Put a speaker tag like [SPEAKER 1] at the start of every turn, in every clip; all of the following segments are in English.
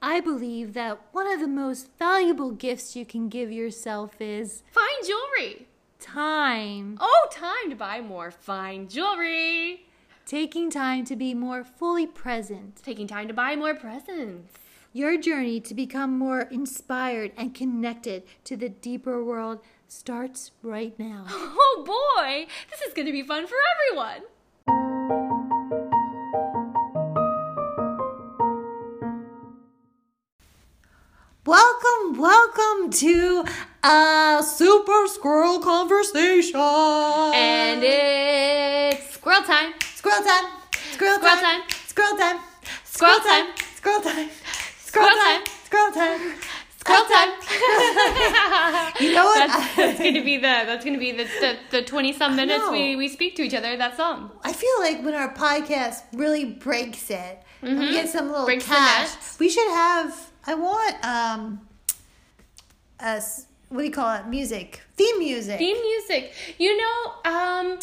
[SPEAKER 1] I believe that one of the most valuable gifts you can give yourself is
[SPEAKER 2] Fine jewelry.
[SPEAKER 1] time.
[SPEAKER 2] Oh, time to buy more fine jewelry.
[SPEAKER 1] Taking time to be more fully present.
[SPEAKER 2] Taking time to buy more presents.
[SPEAKER 1] Your journey to become more inspired and connected to the deeper world starts right now.
[SPEAKER 2] Oh boy, this is going to be fun for everyone.
[SPEAKER 1] Welcome, welcome to a super squirrel conversation.
[SPEAKER 2] And it's squirrel time.
[SPEAKER 1] squirrel time, squirrel,
[SPEAKER 2] Squirrel
[SPEAKER 1] time,
[SPEAKER 2] time.
[SPEAKER 1] squirrel time,
[SPEAKER 2] Squirrel time.
[SPEAKER 1] squirrel time,
[SPEAKER 2] Squirrel time.
[SPEAKER 1] squirrel time.
[SPEAKER 2] Squirrel time.
[SPEAKER 1] You know what?
[SPEAKER 2] that's, Oh, that's going to be the that's going to be the the, the 20 some minutes
[SPEAKER 1] know.
[SPEAKER 2] we we speak to each other that song.
[SPEAKER 1] I feel like when our podcast really breaks it, and we get some little
[SPEAKER 2] Mm-hmm. Breaks the
[SPEAKER 1] cash.
[SPEAKER 2] nets.
[SPEAKER 1] We should have. I want um, us. What do you call it? Music theme music.
[SPEAKER 2] Theme music. You know, um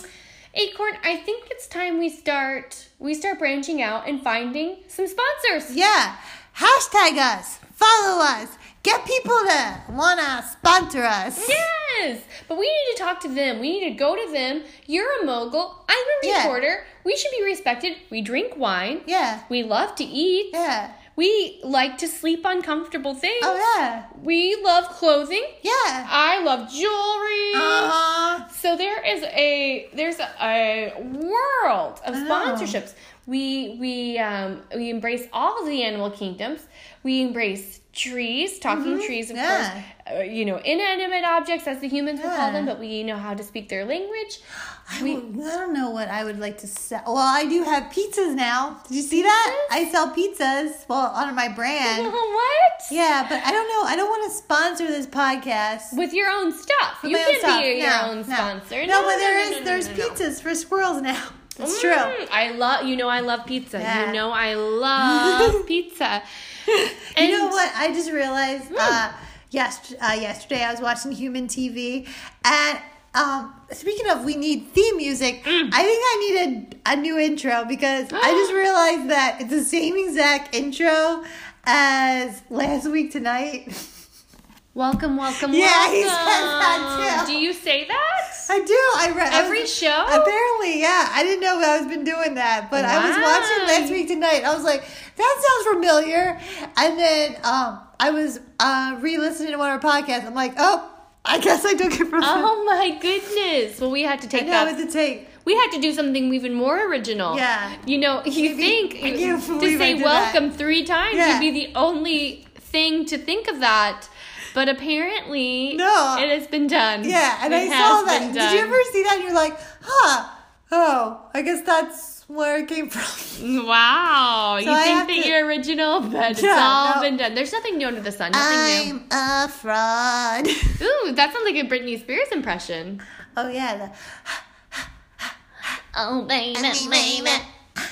[SPEAKER 2] Acorn, I think it's time we start we start branching out and finding some sponsors.
[SPEAKER 1] Yeah, hashtag us, follow us, get people to wanna sponsor us.
[SPEAKER 2] Yes, but we need to talk to them. We need to go to them. You're a mogul. I'm a
[SPEAKER 1] Yeah.
[SPEAKER 2] reporter. We should be respected. We drink wine.
[SPEAKER 1] Yeah,
[SPEAKER 2] We love to eat.
[SPEAKER 1] yeah.
[SPEAKER 2] We like to sleep on comfortable things.
[SPEAKER 1] Oh yeah,
[SPEAKER 2] We love clothing.
[SPEAKER 1] yeah.
[SPEAKER 2] I love jewelry.
[SPEAKER 1] Uh-huh.
[SPEAKER 2] So there is a there's a world of
[SPEAKER 1] Oh.
[SPEAKER 2] sponsorships. We we um we embrace all of the animal kingdoms. We embrace trees, talking trees, of
[SPEAKER 1] Mm-hmm. yeah.
[SPEAKER 2] course. Uh, you know, inanimate objects as the humans would
[SPEAKER 1] Yeah.
[SPEAKER 2] call them, but we know how to speak their language.
[SPEAKER 1] I, would- I don't know what I would like to sell. Well, I do have pizzas now. Did you see that? I sell pizzas. Well, under my brand.
[SPEAKER 2] what?
[SPEAKER 1] Yeah, but I don't know. I don't want to sponsor this podcast.
[SPEAKER 2] With your own stuff. you
[SPEAKER 1] My own
[SPEAKER 2] can
[SPEAKER 1] stuff.
[SPEAKER 2] be your
[SPEAKER 1] No,
[SPEAKER 2] own
[SPEAKER 1] no.
[SPEAKER 2] sponsor.
[SPEAKER 1] No, but there is
[SPEAKER 2] no, no,
[SPEAKER 1] there's
[SPEAKER 2] no, no.
[SPEAKER 1] pizzas for squirrels now. It's true.
[SPEAKER 2] Mm, I love you know I love pizza.
[SPEAKER 1] Yeah.
[SPEAKER 2] You know I love pizza. And Mm.
[SPEAKER 1] you know what? I just realized uh, yes, uh, yesterday I was watching Human TV, and um, speaking of, we need theme music.
[SPEAKER 2] Mm.
[SPEAKER 1] I think I need a, a new intro because I just realized that it's the same exact intro as last week tonight.
[SPEAKER 2] Welcome, welcome,
[SPEAKER 1] Yeah,
[SPEAKER 2] welcome.
[SPEAKER 1] he says that too.
[SPEAKER 2] Do you say that?
[SPEAKER 1] I do. I read
[SPEAKER 2] Every show?
[SPEAKER 1] Apparently, yeah. I didn't know I was been doing that, but I was watching
[SPEAKER 2] Wow.
[SPEAKER 1] last week tonight. I was like, that sounds familiar. And then um, I was uh, re-listening to one of our podcasts. I'm like, oh, I guess I took it from.
[SPEAKER 2] Oh my goodness. Well, we had to
[SPEAKER 1] I
[SPEAKER 2] take
[SPEAKER 1] know
[SPEAKER 2] that.
[SPEAKER 1] it's a tape.
[SPEAKER 2] we had to do something even more original.
[SPEAKER 1] Yeah.
[SPEAKER 2] You know, you think
[SPEAKER 1] I can't
[SPEAKER 2] to
[SPEAKER 1] believe I
[SPEAKER 2] say
[SPEAKER 1] did
[SPEAKER 2] welcome three times
[SPEAKER 1] Yeah.
[SPEAKER 2] would be the only thing to think of that. But apparently,
[SPEAKER 1] No.
[SPEAKER 2] it has been done.
[SPEAKER 1] Yeah, and
[SPEAKER 2] It
[SPEAKER 1] I
[SPEAKER 2] has
[SPEAKER 1] saw that.
[SPEAKER 2] been
[SPEAKER 1] Did you
[SPEAKER 2] done.
[SPEAKER 1] ever see that? And you're like, huh? Oh, I guess that's where it came from.
[SPEAKER 2] Wow, you
[SPEAKER 1] I have
[SPEAKER 2] think that
[SPEAKER 1] to-
[SPEAKER 2] you're original, but it's
[SPEAKER 1] Yeah,
[SPEAKER 2] all
[SPEAKER 1] no.
[SPEAKER 2] been done. There's nothing new under the sun. Nothing new.
[SPEAKER 1] I'm a fraud.
[SPEAKER 2] Ooh, that sounds like a Britney Spears impression.
[SPEAKER 1] oh yeah. the-
[SPEAKER 2] Oh, baby, baby,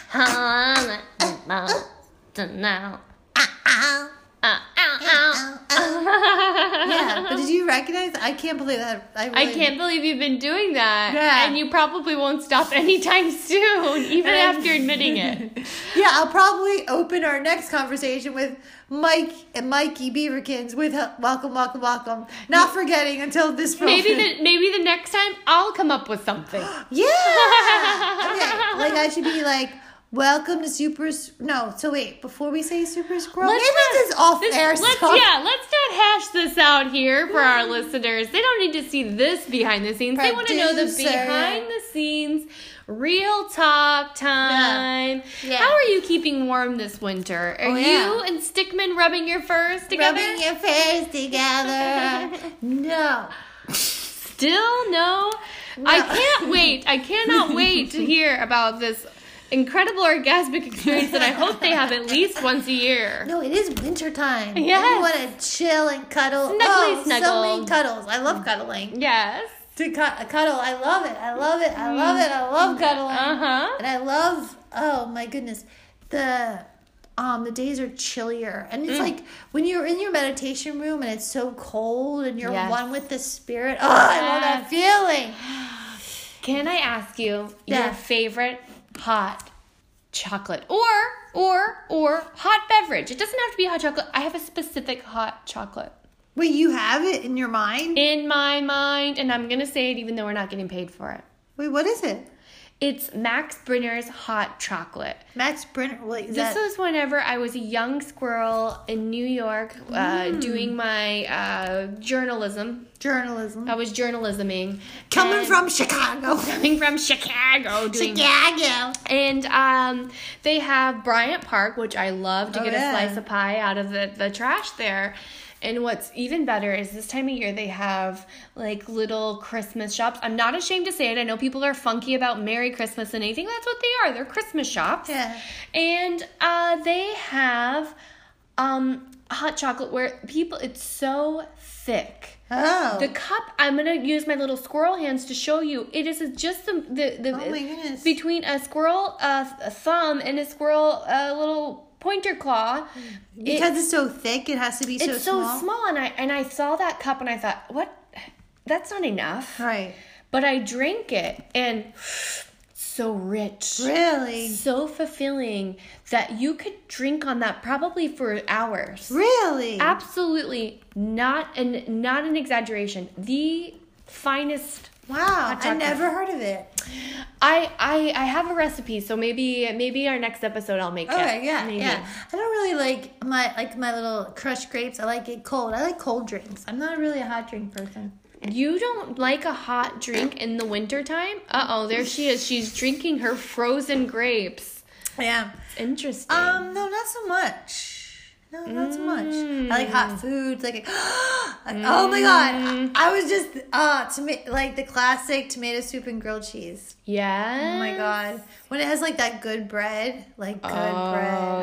[SPEAKER 2] holla at my mouth now.
[SPEAKER 1] Ow.
[SPEAKER 2] Uh, ow, ow.
[SPEAKER 1] yeah, but did you recognize? I can't believe that. I, really,
[SPEAKER 2] I can't believe you've been doing that.
[SPEAKER 1] Yeah.
[SPEAKER 2] And you probably won't stop anytime soon, even
[SPEAKER 1] And-
[SPEAKER 2] after admitting it.
[SPEAKER 1] Yeah, I'll probably open our next conversation with Mike and Mikey Beaverkins with uh, "Welcome, Welcome, Welcome." Not forgetting until this
[SPEAKER 2] Maybe
[SPEAKER 1] moment.
[SPEAKER 2] the maybe the next time I'll come up with something.
[SPEAKER 1] yeah. okay, like I should be like. Welcome to Super. S- No, so wait. Before we say Super Squirrel,
[SPEAKER 2] Let's
[SPEAKER 1] maybe
[SPEAKER 2] not-
[SPEAKER 1] this is off
[SPEAKER 2] This-
[SPEAKER 1] air
[SPEAKER 2] let's,
[SPEAKER 1] stuff.
[SPEAKER 2] Yeah, let's not hash this out here for our listeners. They don't need to see this behind the snenes. They want to know the
[SPEAKER 1] Producer.
[SPEAKER 2] behind the scenes, real talk time.
[SPEAKER 1] Yeah.
[SPEAKER 2] How are you keeping warm this winter? Are
[SPEAKER 1] Oh, yeah.
[SPEAKER 2] you and Stickman rubbing your furs together?
[SPEAKER 1] Rubbing your face together. no.
[SPEAKER 2] Still no. I
[SPEAKER 1] No.
[SPEAKER 2] can't wait. I cannot wait to hear about this incredible orgasmic experience that I hope they have at least once a year.
[SPEAKER 1] No, it is winter time.
[SPEAKER 2] Yes.
[SPEAKER 1] You want to chill and cuddle.
[SPEAKER 2] Snuggly
[SPEAKER 1] oh, so
[SPEAKER 2] snuggle.
[SPEAKER 1] many cuddles. I love cuddling.
[SPEAKER 2] Yes.
[SPEAKER 1] To cu- cuddle, I love it. I love it. I love it. I love cuddling.
[SPEAKER 2] Uh-huh.
[SPEAKER 1] And I love. Oh my goodness, the um the days are chillier, and
[SPEAKER 2] Mm.
[SPEAKER 1] it's like when you're in your meditation room and it's so cold, and you're
[SPEAKER 2] Yes.
[SPEAKER 1] one with the spirit. Oh, I love that feeling.
[SPEAKER 2] Can I ask you
[SPEAKER 1] Yeah.
[SPEAKER 2] your favorite hot chocolate or or or hot beverage. It doesn't have to be hot chocolate. I have a specific hot chocolate
[SPEAKER 1] Wait, you have it in your mind?
[SPEAKER 2] in my mind, and I'm gonna say it even though we're not getting paid for it.
[SPEAKER 1] Wait, what is it?
[SPEAKER 2] It's Max Brenner's hot chocolate.
[SPEAKER 1] Max Brenner. Wait, is
[SPEAKER 2] This
[SPEAKER 1] that?
[SPEAKER 2] was whenever I was a young squirrel in New York uh,
[SPEAKER 1] Mm.
[SPEAKER 2] doing my uh, journalism.
[SPEAKER 1] journalism.
[SPEAKER 2] I was journalisming.
[SPEAKER 1] Coming
[SPEAKER 2] and-
[SPEAKER 1] from Chicago.
[SPEAKER 2] coming from Chicago doing
[SPEAKER 1] Chicago.
[SPEAKER 2] and um, they have Bryant Park, which I love to
[SPEAKER 1] Oh,
[SPEAKER 2] get
[SPEAKER 1] yeah.
[SPEAKER 2] a slice of pie out of the, the trash there. And what's even better is this time of year they have like little Christmas shops. I'm not ashamed to say it. I know people are funky about Merry Christmas and anything. That's what they are. They're Christmas shops.
[SPEAKER 1] Yeah.
[SPEAKER 2] And uh, they have um, hot chocolate where people, it's so thick.
[SPEAKER 1] Oh.
[SPEAKER 2] The cup. I'm gonna use my little squirrel hands to show you. It is just the the, the
[SPEAKER 1] Oh my goodness.
[SPEAKER 2] between a squirrel uh, th- thumb and a squirrel uh, little pointer claw. It-
[SPEAKER 1] Mm. because it's so thick, it has to be so
[SPEAKER 2] it's so small.
[SPEAKER 1] small.
[SPEAKER 2] and I and I saw that cup and I thought, what? That's not enough.
[SPEAKER 1] Right.
[SPEAKER 2] But I drank it and so rich.
[SPEAKER 1] Really?
[SPEAKER 2] So fulfilling that you could drink on that probably for hours.
[SPEAKER 1] Really?
[SPEAKER 2] Absolutely not an not an exaggeration. The finest.
[SPEAKER 1] wow. I
[SPEAKER 2] chocolate.
[SPEAKER 1] never heard of it.
[SPEAKER 2] I I I have a recipe, so maybe maybe our next episode I'll make it.
[SPEAKER 1] Okay, yeah,
[SPEAKER 2] Maybe.
[SPEAKER 1] yeah. I don't really like my like my little crushed grapes. I like it cold. I like cold drinks. I'm not really a hot drink person.
[SPEAKER 2] You don't like a hot drink in the wintertime? Uh oh, there she is. She's drinking her frozen grapes.
[SPEAKER 1] Yeah.
[SPEAKER 2] Interesting.
[SPEAKER 1] Um. No, not so much. No, not so much. I like hot foods. Like, like, oh my god, I was just uh toma- like the classic tomato soup and grilled cheese.
[SPEAKER 2] yeah.
[SPEAKER 1] Oh my god, when it has like that good bread, like good bread.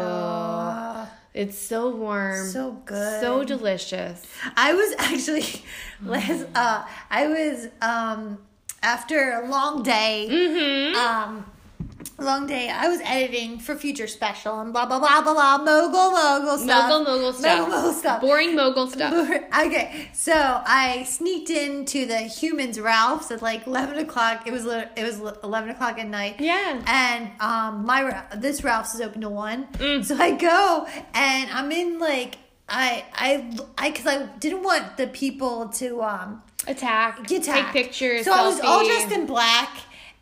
[SPEAKER 2] Oh.
[SPEAKER 1] Oh.
[SPEAKER 2] It's so warm.
[SPEAKER 1] So good.
[SPEAKER 2] So delicious.
[SPEAKER 1] I was actually last. Uh, I was um after a long day.
[SPEAKER 2] Mm-hmm.
[SPEAKER 1] Um. Long day. I was editing for future special and blah blah blah blah blah mogul mogul stuff.
[SPEAKER 2] Mogul mogul stuff.
[SPEAKER 1] Mogul mogul stuff.
[SPEAKER 2] Boring mogul stuff.
[SPEAKER 1] Okay, so I sneaked into the humans Ralph's at like eleven o'clock. It was li- it was li- eleven o'clock at night.
[SPEAKER 2] Yeah.
[SPEAKER 1] And um, my Ra- this Ralph's is open to one,
[SPEAKER 2] Mm.
[SPEAKER 1] so I go and I'm in like I I I because I didn't want the people to um
[SPEAKER 2] Attack.
[SPEAKER 1] get tagged.
[SPEAKER 2] Take pictures.
[SPEAKER 1] So I was all
[SPEAKER 2] selfie.
[SPEAKER 1] dressed in black.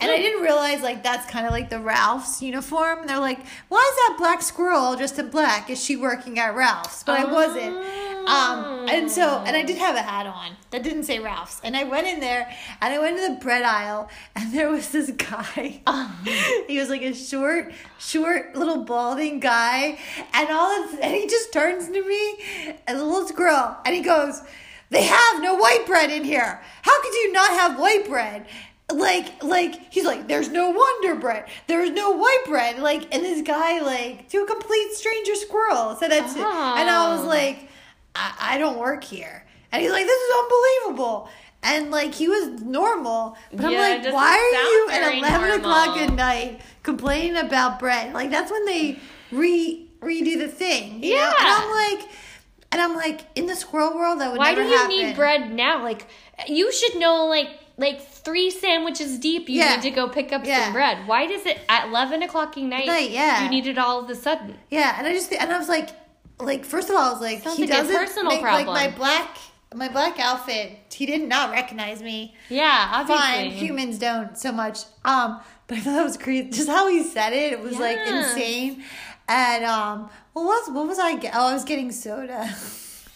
[SPEAKER 1] And I didn't realize like that's kind of like the Ralph's uniform. They're like, why is that black squirrel dressed in black? Is she working at Ralph's? But I wasn't. Um, and so, and I did have a hat on that didn't say Ralph's. And I went in there and I went to the bread aisle and there was this guy. he was like a short, short little balding guy. And all of, and he just turns to me, a little squirrel, and he goes, they have no white bread in here. How could you not have white bread? Like, like he's like, there's no wonder bread. There's no white bread. Like, and this guy, like, to a complete stranger squirrel said that to, and I was
[SPEAKER 2] Oh.
[SPEAKER 1] like, I, I don't work here. And he's like, this is unbelievable. And like, he was normal, but I'm
[SPEAKER 2] Yeah, it
[SPEAKER 1] like,
[SPEAKER 2] doesn't
[SPEAKER 1] why
[SPEAKER 2] sound
[SPEAKER 1] are you
[SPEAKER 2] very
[SPEAKER 1] at eleven o'clock
[SPEAKER 2] normal.
[SPEAKER 1] at night complaining about bread? Like, that's when they re redo the thing. You know?
[SPEAKER 2] Yeah.
[SPEAKER 1] and I'm like. And I'm like, in the squirrel world, that would
[SPEAKER 2] Why do
[SPEAKER 1] never
[SPEAKER 2] you
[SPEAKER 1] happen.
[SPEAKER 2] need bread now? Like you should know like like three sandwiches deep you
[SPEAKER 1] Yeah.
[SPEAKER 2] need to go pick up
[SPEAKER 1] Yeah.
[SPEAKER 2] some bread. Why does it at eleven o'clock at night,
[SPEAKER 1] Night, yeah.
[SPEAKER 2] you need it all of a sudden?
[SPEAKER 1] Yeah, and I just and I was like, like first of all, I was like,
[SPEAKER 2] Sounds
[SPEAKER 1] he
[SPEAKER 2] like a
[SPEAKER 1] doesn't
[SPEAKER 2] personal
[SPEAKER 1] make,
[SPEAKER 2] problem.
[SPEAKER 1] like my black my black outfit. He did not recognize me.
[SPEAKER 2] Yeah,
[SPEAKER 1] Fine,
[SPEAKER 2] obviously.
[SPEAKER 1] humans don't so much. Um, but I thought that was crazy. Just how he said it, it was like
[SPEAKER 2] Yeah.
[SPEAKER 1] insane. And um, what was what was I? Get? Oh, I was getting soda.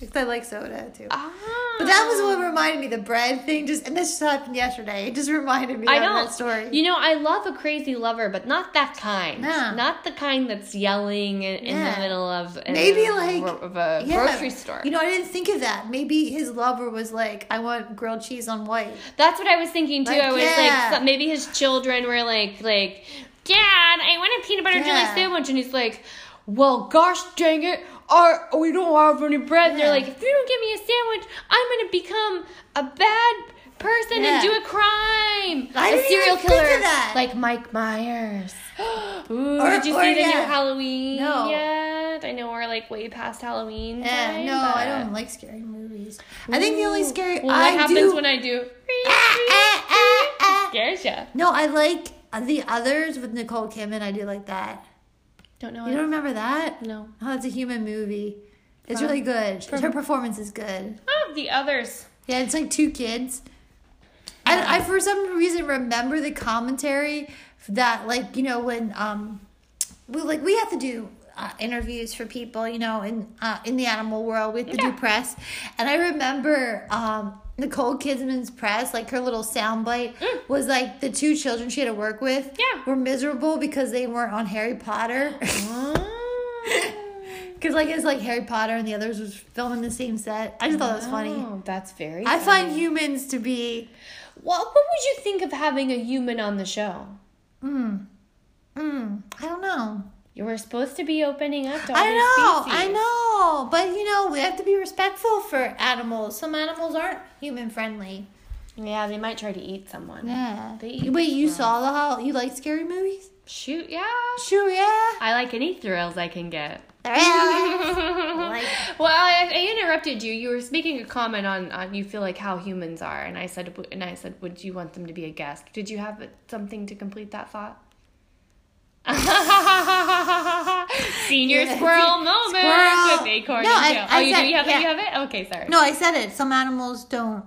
[SPEAKER 1] Because I like soda too.
[SPEAKER 2] Ah.
[SPEAKER 1] But that was what reminded me the bread thing. Just and this just happened yesterday. It just reminded me
[SPEAKER 2] I
[SPEAKER 1] of
[SPEAKER 2] know.
[SPEAKER 1] that story.
[SPEAKER 2] You know, I love a crazy lover, but not that kind.
[SPEAKER 1] No.
[SPEAKER 2] Not the kind that's yelling in, in
[SPEAKER 1] Yeah.
[SPEAKER 2] the middle of in
[SPEAKER 1] Maybe,
[SPEAKER 2] the-
[SPEAKER 1] like,
[SPEAKER 2] of a grocery store.
[SPEAKER 1] You know, I didn't think of that. Maybe his lover was like, I want grilled cheese on white.
[SPEAKER 2] That's what I was thinking too.
[SPEAKER 1] Like,
[SPEAKER 2] I was
[SPEAKER 1] yeah.
[SPEAKER 2] like, so- maybe his children were like, like, Dad, I want a peanut butter
[SPEAKER 1] Yeah.
[SPEAKER 2] jelly sandwich, and he's like, Well, gosh dang it, our, we don't have any bread. And
[SPEAKER 1] Yeah.
[SPEAKER 2] they're like, If you don't give me a sandwich, I'm gonna become a bad person
[SPEAKER 1] Yeah.
[SPEAKER 2] and do a crime,
[SPEAKER 1] I
[SPEAKER 2] a
[SPEAKER 1] didn't
[SPEAKER 2] serial
[SPEAKER 1] even think of
[SPEAKER 2] killer,
[SPEAKER 1] that.
[SPEAKER 2] like Mike Myers. Ooh,
[SPEAKER 1] Or-
[SPEAKER 2] did you
[SPEAKER 1] or,
[SPEAKER 2] see the
[SPEAKER 1] yeah.
[SPEAKER 2] new Halloween
[SPEAKER 1] No.
[SPEAKER 2] yet? I know we're like way past Halloween.
[SPEAKER 1] Yeah,
[SPEAKER 2] time,
[SPEAKER 1] Eh, no, I
[SPEAKER 2] but-
[SPEAKER 1] don't like scary movies. I think the only scary
[SPEAKER 2] Well,
[SPEAKER 1] I
[SPEAKER 2] that happens
[SPEAKER 1] do.
[SPEAKER 2] when I do.
[SPEAKER 1] Ah, ah, ah, ah.
[SPEAKER 2] Scares ya.
[SPEAKER 1] No, I like the others with Nicole Kidman. I do like that.
[SPEAKER 2] Don't know
[SPEAKER 1] You
[SPEAKER 2] it.
[SPEAKER 1] don't remember that?
[SPEAKER 2] No.
[SPEAKER 1] Oh, it's a human movie. It's
[SPEAKER 2] From-
[SPEAKER 1] really good.
[SPEAKER 2] from-
[SPEAKER 1] Her performance is good.
[SPEAKER 2] Oh, the others.
[SPEAKER 1] Yeah, it's like two kids. And I, for some reason, remember the commentary that, like, you know, when um, we like we have to do uh, interviews for people, you know, in uh, in the animal world, we have to do press, and I remember um, Nicole Kidman's press, like her little soundbite was like the two children she had to work with,
[SPEAKER 2] Mm. Yeah. Oh.
[SPEAKER 1] were miserable because they weren't on Harry Potter. Because like it's like Harry Potter and the others was filming the same set. I just thought that was funny.
[SPEAKER 2] Oh, that's very.
[SPEAKER 1] I
[SPEAKER 2] funny.
[SPEAKER 1] find humans to be
[SPEAKER 2] Well, what would you think of having a human on the show?
[SPEAKER 1] Mm, I don't know.
[SPEAKER 2] You were supposed to be opening up to all
[SPEAKER 1] I
[SPEAKER 2] these
[SPEAKER 1] know,
[SPEAKER 2] species.
[SPEAKER 1] I know. But you know, we have to be respectful for animals. Some animals aren't human friendly.
[SPEAKER 2] Yeah, they might try to eat someone.
[SPEAKER 1] Yeah.
[SPEAKER 2] They eat
[SPEAKER 1] Wait, you saw the how you like scary movies?
[SPEAKER 2] Shoot, yeah.
[SPEAKER 1] Sure, yeah.
[SPEAKER 2] I like any thrills I can get.
[SPEAKER 1] Yeah.
[SPEAKER 2] well, I, I interrupted you. You were making a comment on, on you feel like how humans are, and I said w- and I said, would you want them to be a guest? Did you have something to complete that thought? Senior
[SPEAKER 1] Yeah.
[SPEAKER 2] squirrel moment
[SPEAKER 1] Squirrel.
[SPEAKER 2] with acorn
[SPEAKER 1] No,
[SPEAKER 2] and
[SPEAKER 1] I-
[SPEAKER 2] Joe.
[SPEAKER 1] I
[SPEAKER 2] oh, you
[SPEAKER 1] said-
[SPEAKER 2] do. You have
[SPEAKER 1] yeah.
[SPEAKER 2] it. You have it. Okay, sorry.
[SPEAKER 1] no, I said it. Some animals don't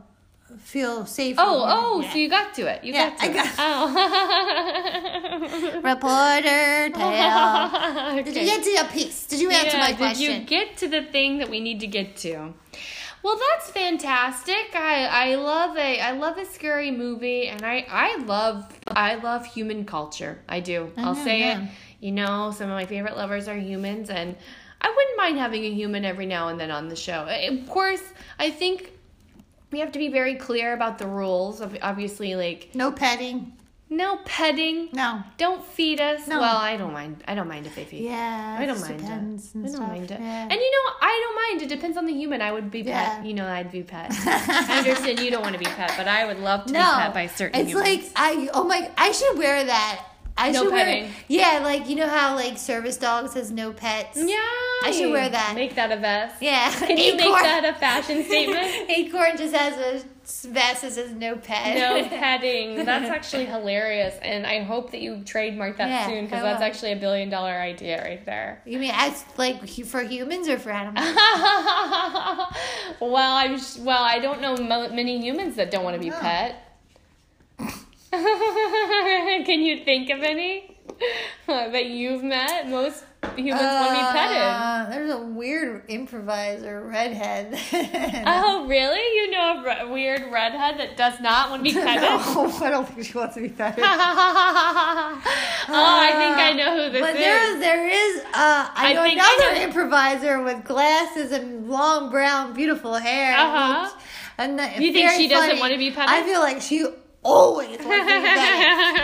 [SPEAKER 1] feel safe.
[SPEAKER 2] Oh,
[SPEAKER 1] with
[SPEAKER 2] oh,
[SPEAKER 1] them.
[SPEAKER 2] so you got to it. You
[SPEAKER 1] Yeah,
[SPEAKER 2] got to
[SPEAKER 1] I got-
[SPEAKER 2] it. Oh.
[SPEAKER 1] reporter tail. Did
[SPEAKER 2] Okay.
[SPEAKER 1] you get to your piece? Did you answer my
[SPEAKER 2] did
[SPEAKER 1] question?
[SPEAKER 2] you get to the thing that we need to get to? Well, that's fantastic. I, I love a I love a scary movie, and I I love I love human culture. I do. I will
[SPEAKER 1] know,
[SPEAKER 2] say
[SPEAKER 1] yeah.
[SPEAKER 2] it. You know, some of my favorite lovers are humans, and I wouldn't mind having a human every now and then on the show. Of course, I think we have to be very clear about the rules. Of obviously, like
[SPEAKER 1] no petting.
[SPEAKER 2] no petting.
[SPEAKER 1] No.
[SPEAKER 2] Don't feed us.
[SPEAKER 1] No.
[SPEAKER 2] Well, I don't mind. I don't mind if they feed.
[SPEAKER 1] Yeah.
[SPEAKER 2] I don't
[SPEAKER 1] just
[SPEAKER 2] mind
[SPEAKER 1] depends
[SPEAKER 2] it.
[SPEAKER 1] and
[SPEAKER 2] I don't
[SPEAKER 1] stuff,
[SPEAKER 2] mind it.
[SPEAKER 1] yeah.
[SPEAKER 2] And you know, I don't mind. It depends on the human. I would be
[SPEAKER 1] Yeah.
[SPEAKER 2] pet. You know, I'd be pet. I understand you don't want to be pet, but I would love to be pet by certain
[SPEAKER 1] It's
[SPEAKER 2] humans.
[SPEAKER 1] like I oh my I should wear that. I
[SPEAKER 2] No
[SPEAKER 1] should wear
[SPEAKER 2] petting.
[SPEAKER 1] Yeah, like you know how like service dog says no pets.
[SPEAKER 2] yeah,
[SPEAKER 1] I should wear that.
[SPEAKER 2] Make that a vest.
[SPEAKER 1] Yeah.
[SPEAKER 2] Can you make that a fashion statement?
[SPEAKER 1] Acorn just has a vest that says no pet.
[SPEAKER 2] No petting. That's actually hilarious, and I hope that you trademark that
[SPEAKER 1] Yeah,
[SPEAKER 2] soon
[SPEAKER 1] I
[SPEAKER 2] because that's
[SPEAKER 1] will.
[SPEAKER 2] actually a billion dollar idea right there.
[SPEAKER 1] You mean as like hu- for humans or for animals?
[SPEAKER 2] well, I'm sh- well. I don't know mo- many humans that don't want to be
[SPEAKER 1] No.
[SPEAKER 2] pet. Can you think of any that you've met? Most humans want to be petted.
[SPEAKER 1] Uh, There's a weird improviser redhead.
[SPEAKER 2] Oh, really? You know a re- weird redhead that does not want to be petted?
[SPEAKER 1] no, I don't think she wants to be petted.
[SPEAKER 2] oh, I think I know who this
[SPEAKER 1] Uh, But
[SPEAKER 2] is.
[SPEAKER 1] there, there is. Uh, I
[SPEAKER 2] I
[SPEAKER 1] know
[SPEAKER 2] think I
[SPEAKER 1] another
[SPEAKER 2] know-
[SPEAKER 1] improviser with glasses and long brown, beautiful hair. and
[SPEAKER 2] Uh-huh.
[SPEAKER 1] looks- And the,
[SPEAKER 2] You think
[SPEAKER 1] very
[SPEAKER 2] she doesn't
[SPEAKER 1] funny.
[SPEAKER 2] wanna be petted?
[SPEAKER 1] I feel like she always wants to be petted.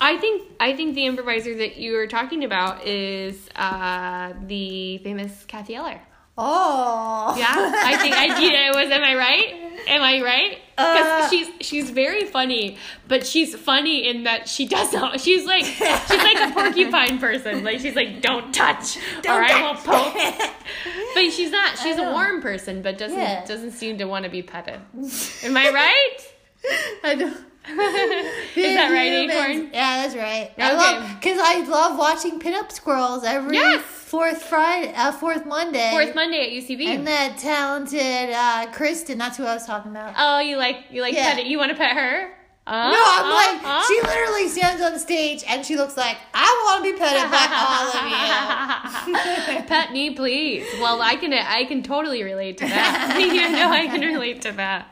[SPEAKER 2] I think I think the improviser that you were talking about is uh, the famous Kathy Eller.
[SPEAKER 1] Oh.
[SPEAKER 2] Yeah, I think I did. I was. Am I right? Am I right? 'Cause
[SPEAKER 1] Uh.
[SPEAKER 2] she's she's very funny, but she's funny in that she does not. She's like she's like a porcupine person. Like she's like don't touch
[SPEAKER 1] Don't
[SPEAKER 2] or I
[SPEAKER 1] touch.
[SPEAKER 2] will poke. But she's not. She's a
[SPEAKER 1] know.
[SPEAKER 2] warm person, but doesn't
[SPEAKER 1] Yeah.
[SPEAKER 2] doesn't seem to want to be petted. Am I right?
[SPEAKER 1] I don't.
[SPEAKER 2] is that right,
[SPEAKER 1] Humans.
[SPEAKER 2] Acorn?
[SPEAKER 1] Yeah, that's right. I
[SPEAKER 2] Okay.
[SPEAKER 1] love because I love watching pinup squirrels every
[SPEAKER 2] Yes.
[SPEAKER 1] fourth Friday, uh, fourth Monday,
[SPEAKER 2] Fourth Monday at UCB.
[SPEAKER 1] and that talented uh, Kristen. That's who I was talking about.
[SPEAKER 2] Oh, you like you like
[SPEAKER 1] Yeah.
[SPEAKER 2] pet it. You want to pet her? Uh,
[SPEAKER 1] No, I'm like,
[SPEAKER 2] uh,
[SPEAKER 1] she literally stands on stage and she looks like, I want to be petted by all of you.
[SPEAKER 2] uh. pet me, please. Well, I can I can totally relate to that. you know, I can relate to that.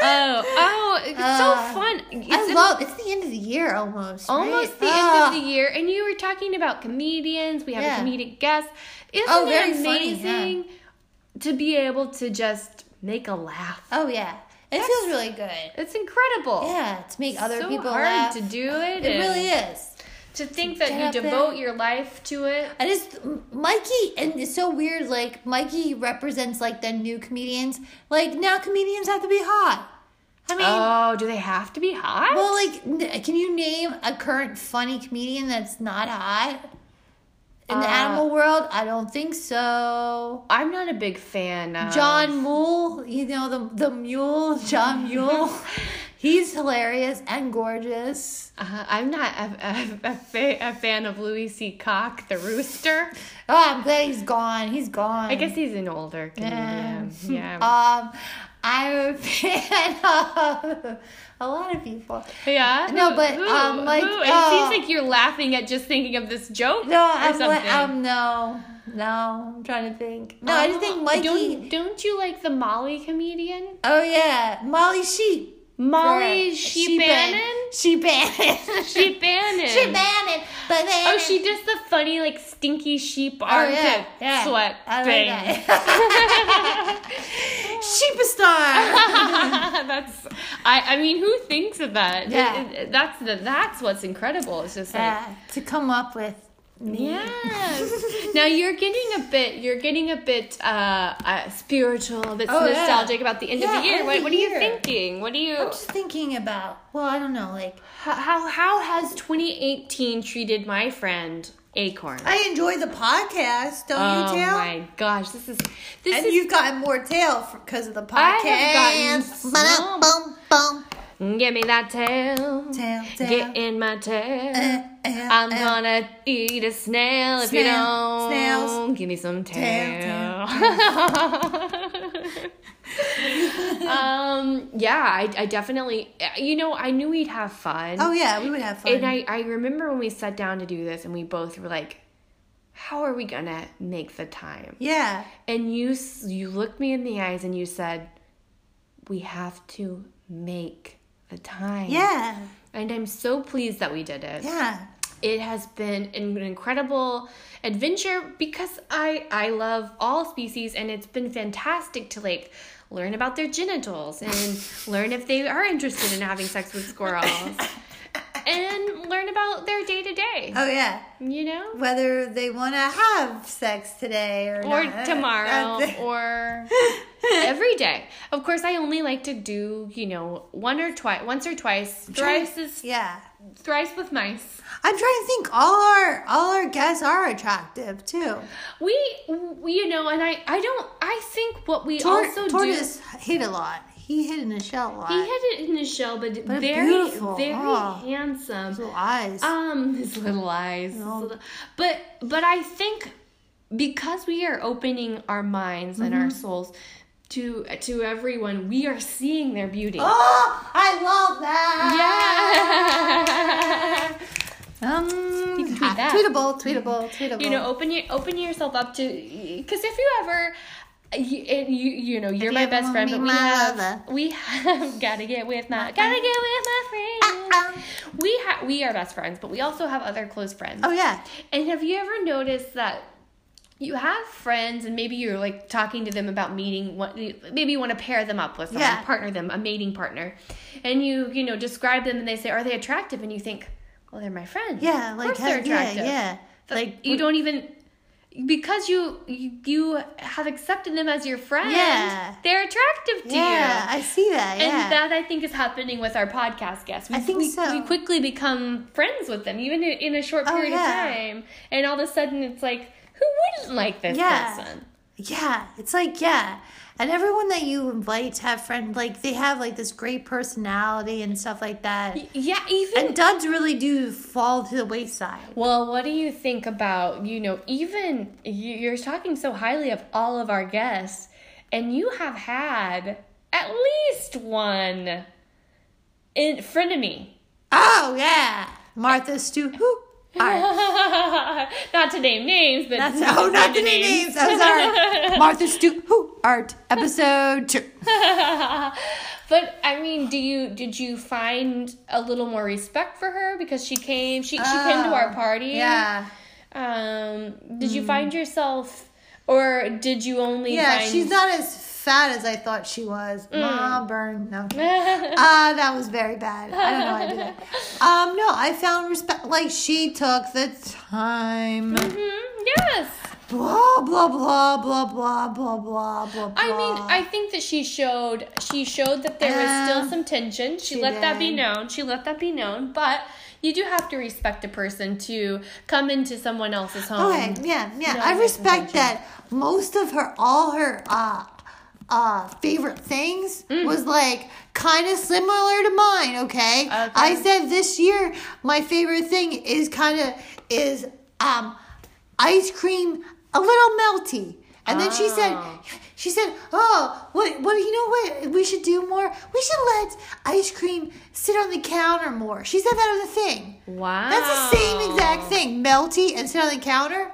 [SPEAKER 2] Oh, oh, it's
[SPEAKER 1] Uh,
[SPEAKER 2] so fun. It's
[SPEAKER 1] I love, it's the end of the year almost. right?
[SPEAKER 2] almost the
[SPEAKER 1] Ah,
[SPEAKER 2] end of the year, and you were talking about comedians. We have
[SPEAKER 1] Yeah.
[SPEAKER 2] a comedic guest. Isn't
[SPEAKER 1] Oh, very
[SPEAKER 2] it
[SPEAKER 1] funny,
[SPEAKER 2] amazing to be able to just make a laugh?
[SPEAKER 1] Oh, yeah. It feels really good.
[SPEAKER 2] It's incredible.
[SPEAKER 1] Yeah, to make other
[SPEAKER 2] so
[SPEAKER 1] people
[SPEAKER 2] hard
[SPEAKER 1] laugh.
[SPEAKER 2] to do it.
[SPEAKER 1] it
[SPEAKER 2] and-
[SPEAKER 1] really is.
[SPEAKER 2] To think
[SPEAKER 1] Get
[SPEAKER 2] that
[SPEAKER 1] up
[SPEAKER 2] you
[SPEAKER 1] there.
[SPEAKER 2] devote your life to it.
[SPEAKER 1] I just, Mikey, and it's so weird, like, Mikey represents, like, the new comedians. Like, now comedians have to be hot. I mean,
[SPEAKER 2] Oh, do they have to be hot?
[SPEAKER 1] well, like, n- can you name a current funny comedian that's not hot? In the
[SPEAKER 2] Uh,
[SPEAKER 1] animal world, I don't think so.
[SPEAKER 2] I'm not a big fan. Of,
[SPEAKER 1] John Mule, you know the the mule, John Mule. He's hilarious and gorgeous.
[SPEAKER 2] Uh, I'm not a, a, a, fa- a fan of Louis C. Cock, the rooster.
[SPEAKER 1] Oh, I'm glad he's gone. He's gone.
[SPEAKER 2] I guess he's an older Canadian. Yeah.
[SPEAKER 1] Um, I'm a fan of a lot of people.
[SPEAKER 2] yeah.
[SPEAKER 1] no,
[SPEAKER 2] Who-
[SPEAKER 1] but,
[SPEAKER 2] who-
[SPEAKER 1] um, like,
[SPEAKER 2] who? it
[SPEAKER 1] uh,
[SPEAKER 2] seems like you're laughing at just thinking of this joke.
[SPEAKER 1] No,
[SPEAKER 2] or
[SPEAKER 1] I'm
[SPEAKER 2] something.
[SPEAKER 1] like, um, no, no. I'm trying to think. No, I just think
[SPEAKER 2] Oh,
[SPEAKER 1] Mikey.
[SPEAKER 2] Don't, don't you like the Molly comedian?
[SPEAKER 1] Oh yeah, Molly Sheep.
[SPEAKER 2] Molly
[SPEAKER 1] She
[SPEAKER 2] She Bannon?
[SPEAKER 1] She Bannon.
[SPEAKER 2] She Bannon.
[SPEAKER 1] She Bannon. But then.
[SPEAKER 2] Oh, she does the funny, like, stinky sheep
[SPEAKER 1] Oh,
[SPEAKER 2] armpit
[SPEAKER 1] yeah, yeah.
[SPEAKER 2] sweat
[SPEAKER 1] I like
[SPEAKER 2] thing.
[SPEAKER 1] that. Sheepistar.
[SPEAKER 2] that's I, I mean who thinks of that It-
[SPEAKER 1] Yeah.
[SPEAKER 2] it- that's the, that's what's incredible it's just like
[SPEAKER 1] Yeah, Uh, to come up with. me.
[SPEAKER 2] Yes. now you're getting a bit. You're getting a bit uh, uh spiritual, a bit
[SPEAKER 1] Oh, yeah.
[SPEAKER 2] nostalgic about the end
[SPEAKER 1] Yeah,
[SPEAKER 2] of the year.
[SPEAKER 1] end
[SPEAKER 2] What,
[SPEAKER 1] of
[SPEAKER 2] what
[SPEAKER 1] the
[SPEAKER 2] are you
[SPEAKER 1] year.
[SPEAKER 2] thinking? What do you?
[SPEAKER 1] I'm just thinking about. Well, I don't know. Like,
[SPEAKER 2] how how- how has 2018 treated my friend Acorn?
[SPEAKER 1] I enjoy the podcast. Don't
[SPEAKER 2] oh
[SPEAKER 1] you, Tail?
[SPEAKER 2] my gosh, this is this
[SPEAKER 1] And
[SPEAKER 2] is
[SPEAKER 1] you've gotten more tail because of the podcast.
[SPEAKER 2] I have gotten
[SPEAKER 1] Ba-dum, bum, bum.
[SPEAKER 2] give me that tail.
[SPEAKER 1] Tail, tail.
[SPEAKER 2] Get in my tail.
[SPEAKER 1] Eh, eh,
[SPEAKER 2] I'm
[SPEAKER 1] eh.
[SPEAKER 2] gonna eat a snail if you
[SPEAKER 1] Snail,
[SPEAKER 2] don't
[SPEAKER 1] snails.
[SPEAKER 2] give me some
[SPEAKER 1] Tail,
[SPEAKER 2] tail. um, yeah, I, I definitely, you know, I knew we'd have fun.
[SPEAKER 1] Oh yeah, we would have fun.
[SPEAKER 2] And I, I remember when we sat down to do this and we both were like, how are we gonna make the time?
[SPEAKER 1] yeah.
[SPEAKER 2] And you, s- you looked me in the eyes and you said, we have to make the time.
[SPEAKER 1] Yeah.
[SPEAKER 2] And I'm so pleased that we did it
[SPEAKER 1] Yeah.
[SPEAKER 2] it has been an incredible adventure because I I love all species and it's been fantastic to like learn about their genitals and learn if they are interested in having sex with squirrels and learn about their day to day,
[SPEAKER 1] Oh yeah.
[SPEAKER 2] you know?
[SPEAKER 1] Whether they want to have sex today or
[SPEAKER 2] Or
[SPEAKER 1] not.
[SPEAKER 2] tomorrow
[SPEAKER 1] That's-
[SPEAKER 2] or every day. Of course I only like to do, you know, one or twice once or twice. Thrice is
[SPEAKER 1] yeah.
[SPEAKER 2] thrice with mice.
[SPEAKER 1] I'm trying to think. All our all our guests are attractive too.
[SPEAKER 2] We, we, you know, and I, I don't, I think what we
[SPEAKER 1] Tor-
[SPEAKER 2] also
[SPEAKER 1] tortoise hit a lot. He hit in a shell a lot.
[SPEAKER 2] do, he had it in his shell, but,
[SPEAKER 1] But
[SPEAKER 2] very,
[SPEAKER 1] beautiful,
[SPEAKER 2] very
[SPEAKER 1] oh.
[SPEAKER 2] handsome.
[SPEAKER 1] Little eyes.
[SPEAKER 2] Um, his little eyes, his little- but, but I think because we are opening our minds and
[SPEAKER 1] Mm-hmm.
[SPEAKER 2] our souls to to everyone, we are seeing their beauty.
[SPEAKER 1] oh, I love Oh! that.
[SPEAKER 2] Yeah.
[SPEAKER 1] Yeah. Um.
[SPEAKER 2] can tweet
[SPEAKER 1] ha-
[SPEAKER 2] that.
[SPEAKER 1] Tweetable. Tweetable. Tweetable.
[SPEAKER 2] you know open your open yourself up to because if you ever you, and you you know you're
[SPEAKER 1] you
[SPEAKER 2] my
[SPEAKER 1] ever
[SPEAKER 2] best
[SPEAKER 1] wanna
[SPEAKER 2] friend
[SPEAKER 1] be
[SPEAKER 2] but we
[SPEAKER 1] my
[SPEAKER 2] have
[SPEAKER 1] lover.
[SPEAKER 2] we have gotta get with my gotta get with my friends
[SPEAKER 1] Uh-uh.
[SPEAKER 2] we have we are best friends but we also have other close friends
[SPEAKER 1] Oh yeah.
[SPEAKER 2] and have you ever noticed that you have friends and maybe you're like talking to them about meeting what maybe you want to pair them up with someone,
[SPEAKER 1] Yeah.
[SPEAKER 2] partner them, a mating partner. And you, you know, describe them and they say, Are they attractive? And you think, Well, they're my friends.
[SPEAKER 1] Yeah.
[SPEAKER 2] Of
[SPEAKER 1] Like
[SPEAKER 2] course they're
[SPEAKER 1] heck, yeah.
[SPEAKER 2] attractive
[SPEAKER 1] Yeah.
[SPEAKER 2] like you don't even because you you, you have accepted them as your friend
[SPEAKER 1] Yeah.
[SPEAKER 2] they're attractive to
[SPEAKER 1] Yeah.
[SPEAKER 2] you
[SPEAKER 1] I see that.
[SPEAKER 2] and
[SPEAKER 1] Yeah.
[SPEAKER 2] that I think is happening with our podcast guests. We,
[SPEAKER 1] I think
[SPEAKER 2] we,
[SPEAKER 1] so.
[SPEAKER 2] we quickly become friends with them, even in, in a short
[SPEAKER 1] Oh,
[SPEAKER 2] period
[SPEAKER 1] yeah.
[SPEAKER 2] of time. And all of a sudden, it's like, who wouldn't like this
[SPEAKER 1] Yeah.
[SPEAKER 2] person?
[SPEAKER 1] Yeah, it's like yeah, and everyone that you invite to have friend like they have like this great personality and stuff like that.
[SPEAKER 2] Y- Yeah, even
[SPEAKER 1] And duds really do fall to the wayside.
[SPEAKER 2] Well, what do you think about, you know, even you- you're talking so highly of all of our guests, and you have had at least one in frenemy.
[SPEAKER 1] Oh yeah, Martha Stewart. Not
[SPEAKER 2] Not to name names, but
[SPEAKER 1] That's oh, not the names. I'm sorry, Martha Stewart episode two.
[SPEAKER 2] but I mean, do you did you find a little more respect for her because she came she she came to our
[SPEAKER 1] Oh,
[SPEAKER 2] party?
[SPEAKER 1] Yeah, Mm.
[SPEAKER 2] Um, did you find yourself, or did you only?
[SPEAKER 1] yeah,
[SPEAKER 2] find,
[SPEAKER 1] she's not as fat as I thought she was. Ma burn no.
[SPEAKER 2] not.
[SPEAKER 1] Ah, that was very bad. I don't know how I did that. Um, no, I found respect. Like she took the time.
[SPEAKER 2] Mm-hmm, yes.
[SPEAKER 1] Blah blah blah blah blah blah blah blah. blah.
[SPEAKER 2] I mean, I think that she showed she showed that there was
[SPEAKER 1] Um,
[SPEAKER 2] still some tension. She,
[SPEAKER 1] she
[SPEAKER 2] let that be
[SPEAKER 1] did.
[SPEAKER 2] known. She let that be known, but you do have to respect a person to come into someone
[SPEAKER 1] Oh,
[SPEAKER 2] else's home.
[SPEAKER 1] Okay, yeah, yeah.
[SPEAKER 2] No,
[SPEAKER 1] I
[SPEAKER 2] that's
[SPEAKER 1] respect
[SPEAKER 2] intention.
[SPEAKER 1] that. Most of her, all her, uh, uh, favorite things was like kind of similar to mine. Okay? I said this year my favorite thing is kind of is um, ice cream a little melty. And then she said,
[SPEAKER 2] Oh.
[SPEAKER 1] she said, oh, what, what, you know what we should do more? We should let ice cream sit on the counter more. She said that on the thing.
[SPEAKER 2] Wow.
[SPEAKER 1] That's the same
[SPEAKER 2] Oh.
[SPEAKER 1] exact thing. Melty and sit on the counter.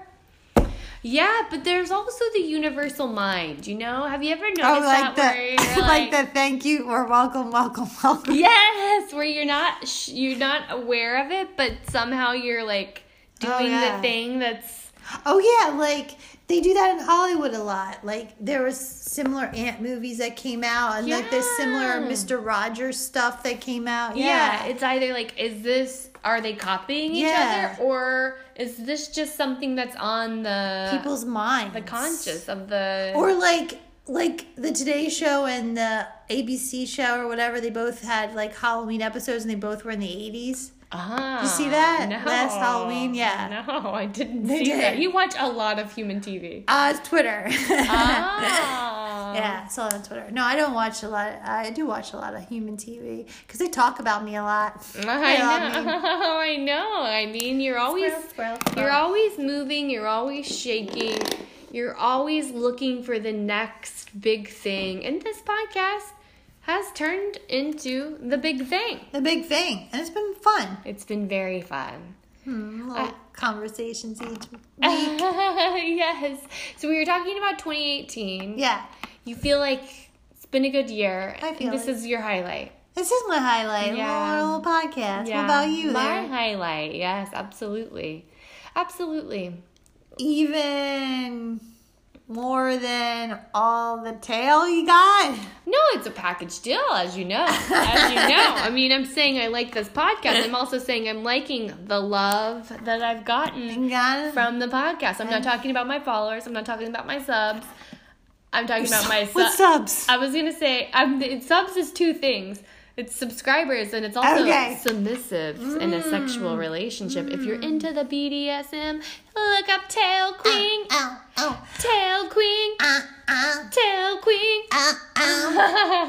[SPEAKER 2] Yeah, but there's also the universal mind, you know? Have you ever noticed
[SPEAKER 1] Oh, like
[SPEAKER 2] that
[SPEAKER 1] the,
[SPEAKER 2] where
[SPEAKER 1] like,
[SPEAKER 2] you're
[SPEAKER 1] the thank you or welcome, welcome, welcome.
[SPEAKER 2] Yes, where you're not sh- you're not aware of it, but somehow you're like doing
[SPEAKER 1] Oh, yeah.
[SPEAKER 2] the thing that's
[SPEAKER 1] Oh yeah, like they do that in Hollywood a lot. Like there was similar ant movies that came out, and like this similar
[SPEAKER 2] Yeah.
[SPEAKER 1] Mister Rogers stuff that came out.
[SPEAKER 2] yeah.
[SPEAKER 1] Yeah,
[SPEAKER 2] it's either like is this are they copying each
[SPEAKER 1] Yeah.
[SPEAKER 2] other or is this just something that's on the
[SPEAKER 1] people's minds,
[SPEAKER 2] the conscious of the
[SPEAKER 1] or like like the Today Show and the ABC show or whatever. They both had like Halloween episodes, and they both were in the eighties.
[SPEAKER 2] Ah,
[SPEAKER 1] you see that? Last Halloween, yeah.
[SPEAKER 2] No, I didn't
[SPEAKER 1] They
[SPEAKER 2] see that.
[SPEAKER 1] did.
[SPEAKER 2] You watch a lot of human TV.
[SPEAKER 1] Uh, it's Twitter.
[SPEAKER 2] Ah.
[SPEAKER 1] Yeah, I saw it on Twitter. No, I don't watch a lot. I do watch a lot of human TV because they talk about me a lot. They love
[SPEAKER 2] I
[SPEAKER 1] me.
[SPEAKER 2] know. I know. I mean, you're always
[SPEAKER 1] Squirrel, squirrel,
[SPEAKER 2] you're
[SPEAKER 1] squirrel.
[SPEAKER 2] always moving. You're always shaking. You're always looking for the next big thing, and this podcast has turned into the big thing.
[SPEAKER 1] the big thing, and it's been fun.
[SPEAKER 2] It's been very fun.
[SPEAKER 1] Hmm, little
[SPEAKER 2] I-
[SPEAKER 1] conversations each.
[SPEAKER 2] yes. So we were talking about 2018.
[SPEAKER 1] Yeah,
[SPEAKER 2] You feel like it's been a good year.
[SPEAKER 1] I feel
[SPEAKER 2] this
[SPEAKER 1] it.
[SPEAKER 2] is your highlight.
[SPEAKER 1] this is my highlight.
[SPEAKER 2] Yeah.
[SPEAKER 1] Our little podcast. What about you?
[SPEAKER 2] My
[SPEAKER 1] There,
[SPEAKER 2] highlight. Yes, absolutely. Absolutely.
[SPEAKER 1] even more than all the tail you got.
[SPEAKER 2] No, it's a package deal, as you know. As you know. I mean, I'm saying I like this podcast. I'm also saying I'm liking the love that I've gotten
[SPEAKER 1] You got it.
[SPEAKER 2] from the podcast. I'm not talking about my followers. I'm not talking about my subs. I'm talking about my
[SPEAKER 1] What
[SPEAKER 2] subs.
[SPEAKER 1] subs?
[SPEAKER 2] I was gonna say, I'm, it subs is two things. It's subscribers and it's also
[SPEAKER 1] Okay.
[SPEAKER 2] submissives in a sexual relationship. If you're into the BDSM, look up Tail Queen,
[SPEAKER 1] Ow, ow,
[SPEAKER 2] Tail Queen,
[SPEAKER 1] ah, ah,
[SPEAKER 2] Tail Queen.
[SPEAKER 1] ah, ah.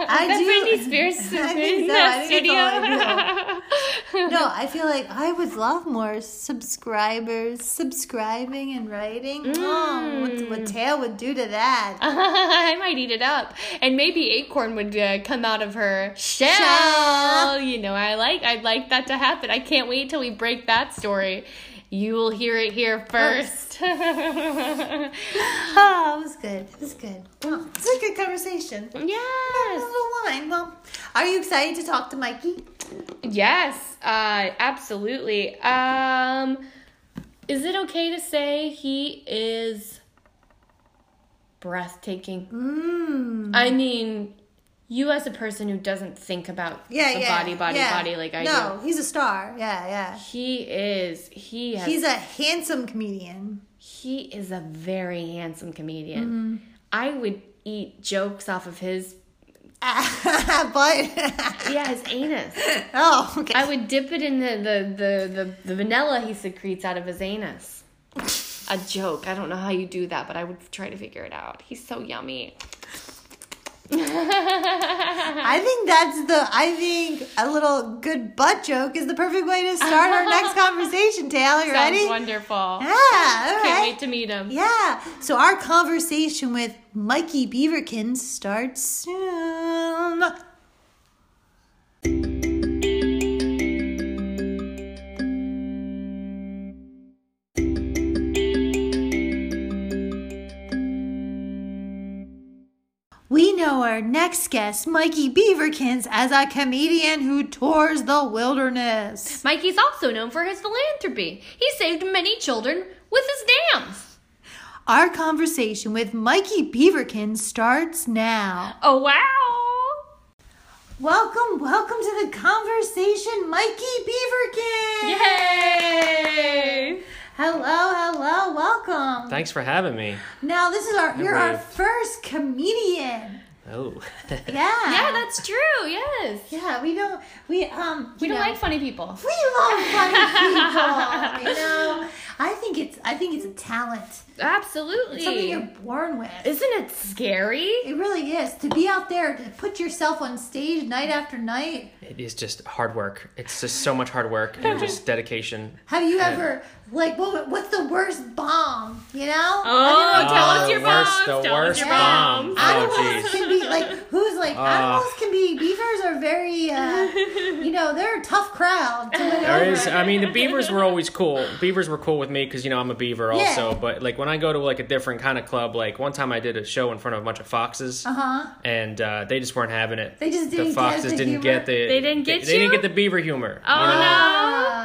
[SPEAKER 2] I That's
[SPEAKER 1] do-
[SPEAKER 2] Britney Spears
[SPEAKER 1] I
[SPEAKER 2] in
[SPEAKER 1] think so.
[SPEAKER 2] the
[SPEAKER 1] I think
[SPEAKER 2] studio.
[SPEAKER 1] that's No, I feel like I would love more subscribers subscribing and writing.
[SPEAKER 2] Mm.
[SPEAKER 1] Oh, what, what Tail would do to that.
[SPEAKER 2] I might eat it up, and maybe acorn would uh, come out of her shell.
[SPEAKER 1] Shell.
[SPEAKER 2] You know, I like I'd like that to happen. I can't wait till we break that story. You will hear it here first. Uh-huh.
[SPEAKER 1] Oh, it was good. It was good. Oh, it's a good conversation. A
[SPEAKER 2] yes,
[SPEAKER 1] little wine. Well, are you excited to talk to Mikey?
[SPEAKER 2] yes, uh, absolutely. Um, is it okay to say he is breathtaking?
[SPEAKER 1] Mmm.
[SPEAKER 2] I mean, you as a person who doesn't think about
[SPEAKER 1] Yeah,
[SPEAKER 2] the
[SPEAKER 1] yeah.
[SPEAKER 2] body, body,
[SPEAKER 1] yeah.
[SPEAKER 2] body like I
[SPEAKER 1] no, he's a star. Yeah, yeah.
[SPEAKER 2] do. He is. He has.
[SPEAKER 1] He's a handsome comedian.
[SPEAKER 2] he is a very handsome comedian.
[SPEAKER 1] Mm-hmm.
[SPEAKER 2] I would eat jokes off of his.
[SPEAKER 1] but
[SPEAKER 2] Yeah, his anus.
[SPEAKER 1] oh, okay.
[SPEAKER 2] I would dip it in the the, the, the the vanilla he secretes out of his anus. A joke. I don't know how you do that, but I would try to figure it out. He's so yummy.
[SPEAKER 1] I think that's the. I think a little good butt joke is the perfect way to start our next conversation. Taylor, you ready?
[SPEAKER 2] Sounds wonderful.
[SPEAKER 1] Yeah. All
[SPEAKER 2] Can't
[SPEAKER 1] right.
[SPEAKER 2] wait to meet him.
[SPEAKER 1] Yeah. So our conversation with Mikey Beaverkin starts soon. We know our next guest, Mikey Beaverkins, as a comedian who tours the wilderness.
[SPEAKER 2] Mikey's also known for his philanthropy. He saved many children with his dams.
[SPEAKER 1] Our conversation with Mikey Beaverkin starts now.
[SPEAKER 2] Oh, wow.
[SPEAKER 1] Welcome, welcome to the conversation, Mikey Beaverkin.
[SPEAKER 2] Yay!
[SPEAKER 1] Hello, hello, welcome.
[SPEAKER 3] Thanks for having me.
[SPEAKER 1] Now this is our you're our
[SPEAKER 3] Agreed.
[SPEAKER 1] first comedian.
[SPEAKER 3] Oh.
[SPEAKER 1] Yeah.
[SPEAKER 2] Yeah, that's true. Yes.
[SPEAKER 1] Yeah, we don't. We um.
[SPEAKER 2] We
[SPEAKER 1] you
[SPEAKER 2] don't
[SPEAKER 1] know,
[SPEAKER 2] like funny people.
[SPEAKER 1] We love funny people. you know, I think it's. I think it's a talent. It's something you're
[SPEAKER 2] Absolutely.
[SPEAKER 1] born with.
[SPEAKER 2] Isn't it scary?
[SPEAKER 1] it really is to be out there to put yourself on stage night after night.
[SPEAKER 3] It is just hard work. It's just so much hard work and just dedication.
[SPEAKER 1] Have you ever like what? What's the worst bomb? You know?
[SPEAKER 2] Oh,
[SPEAKER 1] Have you ever-
[SPEAKER 2] tell
[SPEAKER 3] Oh,
[SPEAKER 2] us your
[SPEAKER 3] the worst-
[SPEAKER 2] bombs.
[SPEAKER 3] the
[SPEAKER 2] tell
[SPEAKER 3] worst
[SPEAKER 2] us your
[SPEAKER 3] bomb.
[SPEAKER 2] bombs.
[SPEAKER 1] Animals
[SPEAKER 3] Oh, jeez.
[SPEAKER 1] can be like who's like
[SPEAKER 3] Ah.
[SPEAKER 1] animals can be beavers are very uh, you know they're a tough crowd. To win
[SPEAKER 3] There
[SPEAKER 1] over.
[SPEAKER 3] is. I mean, the beavers were always cool. Beavers were cool with me because you know I'm a beaver
[SPEAKER 1] Yeah.
[SPEAKER 3] also. But like when I go to like a different kind of club, like one time I did a show in front of a bunch of foxes,
[SPEAKER 1] Uh-huh.
[SPEAKER 3] and uh, they just weren't having it.
[SPEAKER 1] They just didn't
[SPEAKER 3] the
[SPEAKER 1] get
[SPEAKER 3] foxes
[SPEAKER 1] the
[SPEAKER 3] didn't
[SPEAKER 1] humor?
[SPEAKER 3] get the.
[SPEAKER 2] They didn't get
[SPEAKER 3] They, they didn't
[SPEAKER 2] you?
[SPEAKER 3] get the beaver humor.
[SPEAKER 2] Oh no.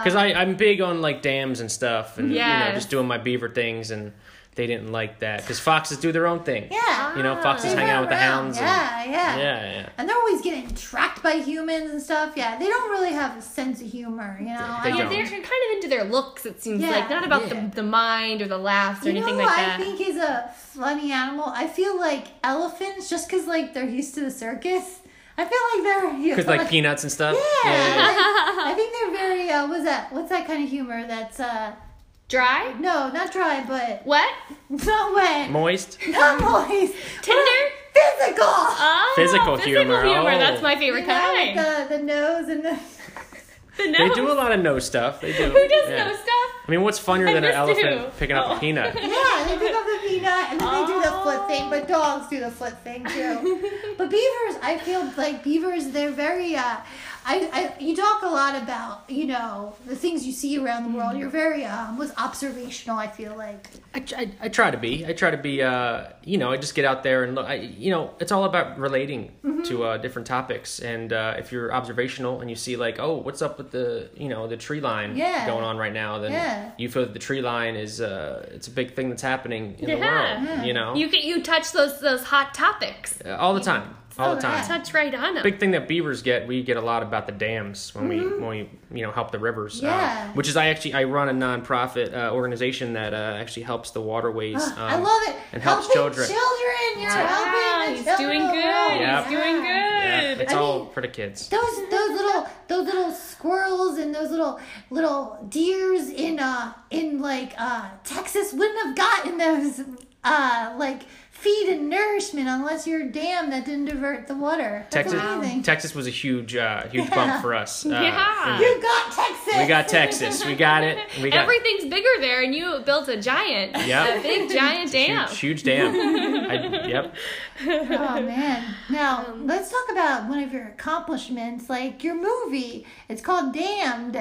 [SPEAKER 1] Uh,
[SPEAKER 3] Because I I'm big on like dams and stuff, and you
[SPEAKER 2] Yes.
[SPEAKER 3] know just doing my beaver things, and they didn't like that because foxes do their own thing.
[SPEAKER 1] Yeah.
[SPEAKER 3] You know, foxes
[SPEAKER 1] They
[SPEAKER 3] hang
[SPEAKER 1] run
[SPEAKER 3] out with the
[SPEAKER 1] around.
[SPEAKER 3] hounds.
[SPEAKER 1] Yeah, yeah.
[SPEAKER 3] And, yeah, yeah.
[SPEAKER 1] And they're always getting tracked by humans and stuff. Yeah, they don't really have a sense of humor, you know.
[SPEAKER 3] They
[SPEAKER 1] I
[SPEAKER 2] Yeah,
[SPEAKER 3] don't.
[SPEAKER 2] they're kind of into their looks. It seems
[SPEAKER 1] Yeah.
[SPEAKER 2] like not about
[SPEAKER 3] Yeah.
[SPEAKER 2] the, the mind or the laughs or
[SPEAKER 1] You know
[SPEAKER 2] anything
[SPEAKER 1] who
[SPEAKER 2] like
[SPEAKER 1] I
[SPEAKER 2] that.
[SPEAKER 1] think is a funny animal? I feel like elephants, just because like they're used to the circus. I feel like they're you
[SPEAKER 3] Because
[SPEAKER 1] know,
[SPEAKER 3] like peanuts and stuff.
[SPEAKER 1] Yeah, I think they're very. Uh, what's that? What's that kind of humor? That's uh,
[SPEAKER 2] Dry?
[SPEAKER 1] no, not dry, but
[SPEAKER 2] What?
[SPEAKER 1] no way,
[SPEAKER 3] Moist.
[SPEAKER 1] not moist,
[SPEAKER 2] Tinder?
[SPEAKER 1] physical.
[SPEAKER 2] Oh,
[SPEAKER 3] Physical humor. Oh.
[SPEAKER 2] That's my
[SPEAKER 1] You
[SPEAKER 2] favorite
[SPEAKER 1] know,
[SPEAKER 2] kind.
[SPEAKER 1] with the the nose and the
[SPEAKER 2] The
[SPEAKER 3] They
[SPEAKER 2] nose.
[SPEAKER 3] do a lot of no stuff. They do.
[SPEAKER 2] Who does
[SPEAKER 3] Yeah.
[SPEAKER 2] no stuff?
[SPEAKER 3] I mean, what's funnier than an
[SPEAKER 2] I just do.
[SPEAKER 3] elephant picking up
[SPEAKER 2] Oh.
[SPEAKER 3] a peanut?
[SPEAKER 1] yeah, they pick up the peanut and then they do the foot thing.
[SPEAKER 2] Oh.
[SPEAKER 1] But dogs do the foot thing too. but beavers, I feel like beavers. They're very. Uh, I, I you talk a lot about you know the things you see around the
[SPEAKER 2] Mm-hmm.
[SPEAKER 1] world. You're very um, was observational. I feel like.
[SPEAKER 3] I, I, I try to be. I try to be. Uh, you know, I just get out there and look. I, you know, it's all about relating
[SPEAKER 1] Mm-hmm.
[SPEAKER 3] to uh, different topics. And uh, if you're observational and you see like, oh, what's up with the you know the tree line
[SPEAKER 1] Yeah.
[SPEAKER 3] going on right now, then
[SPEAKER 1] Yeah.
[SPEAKER 3] you feel that the tree line is uh, it's a big thing that's happening in the
[SPEAKER 2] Yeah.
[SPEAKER 3] world.
[SPEAKER 1] Mm-hmm.
[SPEAKER 3] You know,
[SPEAKER 2] You can, you touch those those hot topics.
[SPEAKER 3] Uh, all the time, all the
[SPEAKER 1] Oh,
[SPEAKER 3] time.
[SPEAKER 1] yeah.
[SPEAKER 2] Touch right on them.
[SPEAKER 3] big thing that beavers get we get a lot about the dams when we when we you know help the rivers uh,
[SPEAKER 1] Mm-hmm. Yeah.
[SPEAKER 3] which is i actually i run a nonprofit uh, organization that uh, actually helps the waterways um,
[SPEAKER 1] I love it.
[SPEAKER 3] and helps
[SPEAKER 1] helping
[SPEAKER 3] children.
[SPEAKER 1] Children, you're
[SPEAKER 2] Wow,
[SPEAKER 1] helping. The
[SPEAKER 2] he's
[SPEAKER 1] children
[SPEAKER 2] doing
[SPEAKER 1] of
[SPEAKER 2] good.
[SPEAKER 1] the world.
[SPEAKER 3] Yep.
[SPEAKER 2] He's doing good.
[SPEAKER 3] yeah, it's
[SPEAKER 1] I
[SPEAKER 3] all
[SPEAKER 1] mean-
[SPEAKER 3] for the kids
[SPEAKER 1] Those those little those little squirrels and those little little deers in uh in like uh Texas wouldn't have gotten those uh like feed and nourishment unless you're a dam that didn't divert the water. That's
[SPEAKER 3] texas
[SPEAKER 1] amazing.
[SPEAKER 3] texas was a huge uh, huge bump for us uh,
[SPEAKER 2] Yeah.
[SPEAKER 3] and
[SPEAKER 1] you got Texas.
[SPEAKER 3] we got texas we got it we got
[SPEAKER 2] Everything's bigger there, and you built a giant,
[SPEAKER 3] Yep.
[SPEAKER 2] a big giant dam.
[SPEAKER 3] huge, huge dam I, yep
[SPEAKER 1] Oh man. Now
[SPEAKER 2] Um,
[SPEAKER 1] let's talk about one of your accomplishments, like your movie. It's called Damned.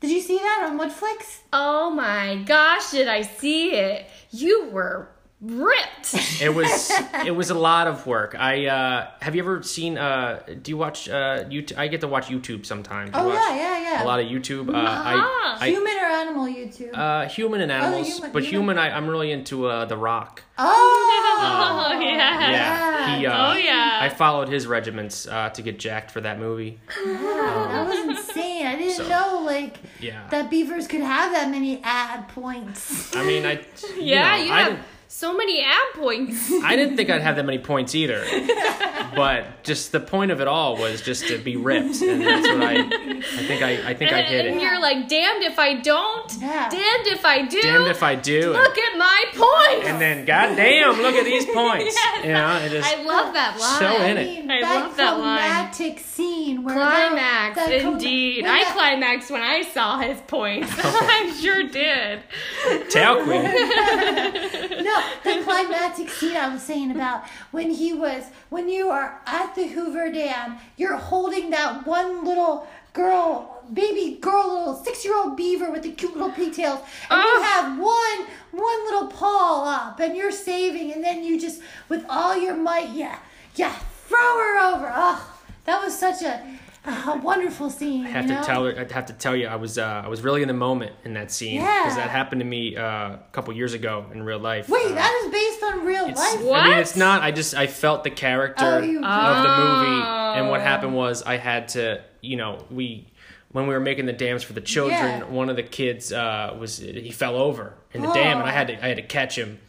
[SPEAKER 1] Did you see that on Netflix?
[SPEAKER 2] Oh my gosh, did I see it? You were ripped.
[SPEAKER 3] it was it was a lot of work i uh, have you ever seen uh, do you watch uh, YouTube? i get to watch youtube sometimes
[SPEAKER 1] Oh yeah, yeah, yeah.
[SPEAKER 3] a lot of YouTube. Uh,
[SPEAKER 2] Ah,
[SPEAKER 3] I,
[SPEAKER 1] human or animal YouTube.
[SPEAKER 3] I uh, human and animals,
[SPEAKER 1] Oh, human-
[SPEAKER 3] but
[SPEAKER 1] human.
[SPEAKER 3] human, I, I'm really into uh, The Rock.
[SPEAKER 1] oh,
[SPEAKER 2] Oh, yeah.
[SPEAKER 3] yeah, he, uh,
[SPEAKER 2] Oh, yeah.
[SPEAKER 3] I followed his regiments uh, to get jacked for that movie.
[SPEAKER 1] that was insane. I didn't
[SPEAKER 3] So-
[SPEAKER 1] know like
[SPEAKER 3] Yeah,
[SPEAKER 1] that beavers could have that many ad points.
[SPEAKER 3] I mean, I
[SPEAKER 2] yeah,
[SPEAKER 3] you, know,
[SPEAKER 2] you
[SPEAKER 3] I,
[SPEAKER 2] have
[SPEAKER 3] didn't,
[SPEAKER 2] so many ad points.
[SPEAKER 3] I didn't think I'd have that many points either. but just the point of it all was just to be ripped, and that's what I, I think I, I think I hit
[SPEAKER 2] and
[SPEAKER 3] it.
[SPEAKER 2] you're like, damned if I don't,
[SPEAKER 1] Yeah.
[SPEAKER 2] damned if I do.
[SPEAKER 3] Damned if I do, and,
[SPEAKER 2] Look at my points.
[SPEAKER 3] and then goddamn, look at these points. You know, it is
[SPEAKER 2] I love that line.
[SPEAKER 3] so in
[SPEAKER 1] I
[SPEAKER 3] it.
[SPEAKER 1] mean,
[SPEAKER 2] I
[SPEAKER 1] that
[SPEAKER 2] love that line.
[SPEAKER 1] climactic scene where they're-
[SPEAKER 2] Climax,
[SPEAKER 1] that clim-
[SPEAKER 2] indeed.
[SPEAKER 1] when
[SPEAKER 2] I
[SPEAKER 1] that-
[SPEAKER 2] climaxed when I saw his points. I sure did.
[SPEAKER 3] Tail queen.
[SPEAKER 1] No, the climactic scene I was saying about when he was when you are at the Hoover Dam, you're holding that one little girl, baby girl, little six year old beaver with the cute little pigtails, and you
[SPEAKER 2] Ugh.
[SPEAKER 1] have one one little paw up, and you're saving, and then you just with all your might, yeah, yeah, throw her over. Oh, that was such a, a wonderful scene.
[SPEAKER 3] have
[SPEAKER 1] you know?
[SPEAKER 3] to tell her. I have to tell you, I was uh, I was really in the moment in that scene because
[SPEAKER 1] Yeah.
[SPEAKER 3] that happened to me uh, a couple years ago in real life.
[SPEAKER 1] Wait,
[SPEAKER 3] Uh,
[SPEAKER 1] that is based on real life.
[SPEAKER 3] I mean,
[SPEAKER 2] What?
[SPEAKER 3] it's not. I just I felt the character
[SPEAKER 1] Oh,
[SPEAKER 3] of the
[SPEAKER 1] you-
[SPEAKER 3] movie,
[SPEAKER 2] Oh.
[SPEAKER 3] and what happened was I had to, you know, we when we were making the dams for the children,
[SPEAKER 1] Yeah.
[SPEAKER 3] one of the kids uh, was he fell over in the
[SPEAKER 1] Oh.
[SPEAKER 3] dam, and I had to I had to catch him.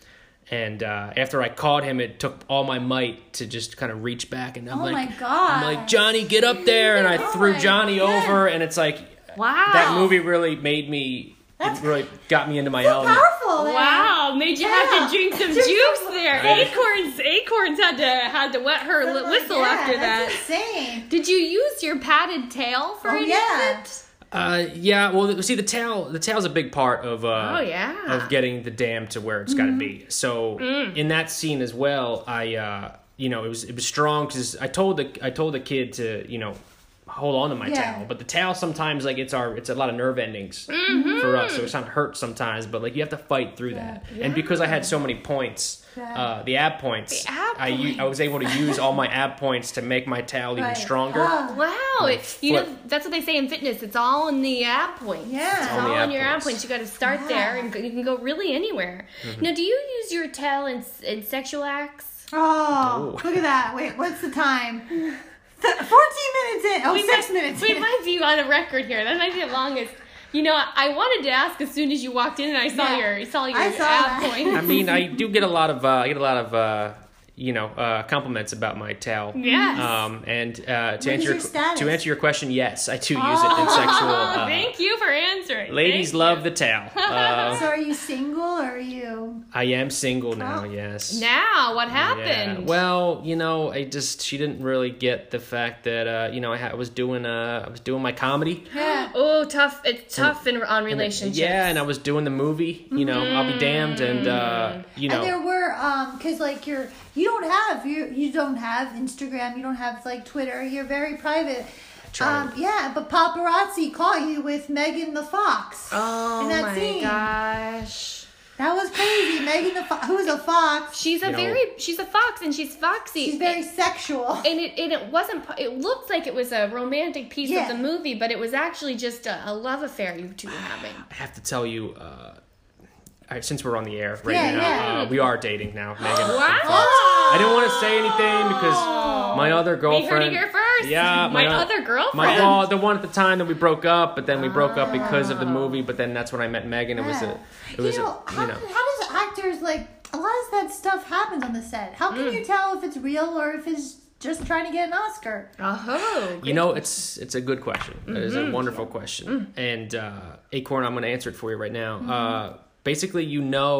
[SPEAKER 3] And uh, after I caught him, it took all my might to just kind of reach back, and I'm
[SPEAKER 4] Oh
[SPEAKER 3] like,
[SPEAKER 4] my God.
[SPEAKER 3] I'm like Johnny, get up there, and I
[SPEAKER 4] Oh
[SPEAKER 3] threw
[SPEAKER 4] my
[SPEAKER 3] Johnny
[SPEAKER 4] God.
[SPEAKER 3] over, and it's like
[SPEAKER 2] Wow.
[SPEAKER 3] that movie really made me.
[SPEAKER 1] That's-
[SPEAKER 3] it really got me into my
[SPEAKER 1] So
[SPEAKER 3] element.
[SPEAKER 1] powerful. man.
[SPEAKER 4] Wow,
[SPEAKER 2] made you
[SPEAKER 1] have to
[SPEAKER 2] drink some
[SPEAKER 1] juice
[SPEAKER 2] there. Acorns, acorns had to had to wet her
[SPEAKER 1] I'm like, yeah, that's Insane.
[SPEAKER 4] Did you use your padded tail for
[SPEAKER 1] Oh,
[SPEAKER 4] any
[SPEAKER 1] yeah.
[SPEAKER 4] of it?
[SPEAKER 3] Uh, yeah. Well, th- see, the tail, the tail's a big part of uh,
[SPEAKER 2] Oh, yeah. Mm-hmm. Mm.
[SPEAKER 3] of getting the dam to where it's got to be. So in that scene as well, I uh, you know, it was it was strong because I told the I told the kid to you know hold on to my
[SPEAKER 1] Yeah.
[SPEAKER 3] towel, but the towel sometimes like it's our it's a lot of nerve endings
[SPEAKER 2] Mm-hmm.
[SPEAKER 3] for us, so it's not hurt sometimes, but like you have to fight through that. And because I had so many points.
[SPEAKER 1] Yeah.
[SPEAKER 3] Uh, the ab points.
[SPEAKER 2] The ab
[SPEAKER 3] I, u- I was able to use all my ab points to make my towel even
[SPEAKER 1] Right.
[SPEAKER 3] stronger.
[SPEAKER 2] Ah.
[SPEAKER 1] Oh,
[SPEAKER 2] Wow, it, you know
[SPEAKER 3] flip.
[SPEAKER 2] that's what they say in fitness. It's all in the ab points.
[SPEAKER 1] Yeah.
[SPEAKER 2] it's
[SPEAKER 1] All
[SPEAKER 3] in
[SPEAKER 2] all
[SPEAKER 3] the
[SPEAKER 2] in
[SPEAKER 3] ab
[SPEAKER 2] your ab
[SPEAKER 3] points. Mm-hmm.
[SPEAKER 2] points. You got to start
[SPEAKER 1] Yeah.
[SPEAKER 2] there, and go, you can go really anywhere. Now, do you use your tail in, in sexual acts?
[SPEAKER 1] oh,
[SPEAKER 3] Ooh.
[SPEAKER 1] look at that. Wait, what's the time? Th- 14 minutes in. Oh, six
[SPEAKER 2] might,
[SPEAKER 1] minutes
[SPEAKER 2] We
[SPEAKER 1] in.
[SPEAKER 2] might be on a record here. That might be the longest. You know, I wanted to ask as soon as you walked in, and I saw
[SPEAKER 1] Yeah.
[SPEAKER 2] your saw your
[SPEAKER 1] I saw
[SPEAKER 2] ab
[SPEAKER 1] that.
[SPEAKER 2] points.
[SPEAKER 3] I mean, I do get a lot of uh, I get a lot of uh, you know uh, compliments about my towel.
[SPEAKER 2] Yes.
[SPEAKER 3] Um, and uh, to
[SPEAKER 1] What is
[SPEAKER 3] answer
[SPEAKER 1] your
[SPEAKER 3] your,
[SPEAKER 1] status?
[SPEAKER 3] to answer your question, yes, I do use it in sexual. Uh,
[SPEAKER 2] Oh, Thank you for answering.
[SPEAKER 3] ladies
[SPEAKER 2] Thank
[SPEAKER 3] love the towel. Uh,
[SPEAKER 1] so, are you single or are you?
[SPEAKER 3] I am single now.
[SPEAKER 1] Oh.
[SPEAKER 3] Yes.
[SPEAKER 2] you. Now, what
[SPEAKER 3] Yeah.
[SPEAKER 2] happened?
[SPEAKER 3] Well, you know, I just she didn't really get the fact that uh, you know I, ha- I was doing uh, I was doing my comedy.
[SPEAKER 1] Yeah.
[SPEAKER 2] oh, tough. It's tough in on relationships.
[SPEAKER 3] Yeah, and I was doing the movie. You know, I'll be damned, and uh, you know.
[SPEAKER 1] And there were um cuz like you're you don't have you you don't have Instagram, you don't have like Twitter. You're very private.
[SPEAKER 3] Try
[SPEAKER 1] Um yeah, but paparazzi caught you with Megan the Fox.
[SPEAKER 2] Oh
[SPEAKER 1] in that
[SPEAKER 2] my
[SPEAKER 1] scene.
[SPEAKER 2] gosh.
[SPEAKER 1] That was crazy. Megan the Fo- who's a fox.
[SPEAKER 2] She's a
[SPEAKER 3] You know-
[SPEAKER 2] very she's a fox and she's foxy.
[SPEAKER 1] She's very sexual.
[SPEAKER 2] and it and it wasn't pu- it looked like it was a romantic piece
[SPEAKER 1] Yeah.
[SPEAKER 2] of the movie, but it was actually just a, a love affair you two were having.
[SPEAKER 3] I have to tell you, uh, all right, since we're on the air right
[SPEAKER 1] Yeah,
[SPEAKER 3] now,
[SPEAKER 1] yeah.
[SPEAKER 3] uh, we are dating now, Megan. and
[SPEAKER 2] Wow.
[SPEAKER 3] Fox. I didn't want to say anything because my other
[SPEAKER 2] Oh. We
[SPEAKER 3] girlfriend.
[SPEAKER 2] heard it here first.
[SPEAKER 3] Yeah,
[SPEAKER 2] my,
[SPEAKER 3] o-
[SPEAKER 2] other girlfriend.
[SPEAKER 3] My well, the one at the time that we broke up, but then we broke up because of the
[SPEAKER 2] Oh.
[SPEAKER 3] movie. But then that's when I met Megan. It was a, it was
[SPEAKER 1] you know,
[SPEAKER 3] a,
[SPEAKER 1] how,
[SPEAKER 3] you know.
[SPEAKER 1] how does actors like a lot of that stuff happens on the set. How
[SPEAKER 3] Mm.
[SPEAKER 1] can you tell if it's real or if it's just trying to get an Oscar?
[SPEAKER 2] oh,
[SPEAKER 3] You know, it's it's a good question. It is
[SPEAKER 2] Mm-hmm.
[SPEAKER 3] a wonderful question.
[SPEAKER 2] Mm.
[SPEAKER 3] And uh, Acorn, I'm going to answer it for you right now.
[SPEAKER 2] Mm-hmm.
[SPEAKER 3] Uh, basically, you know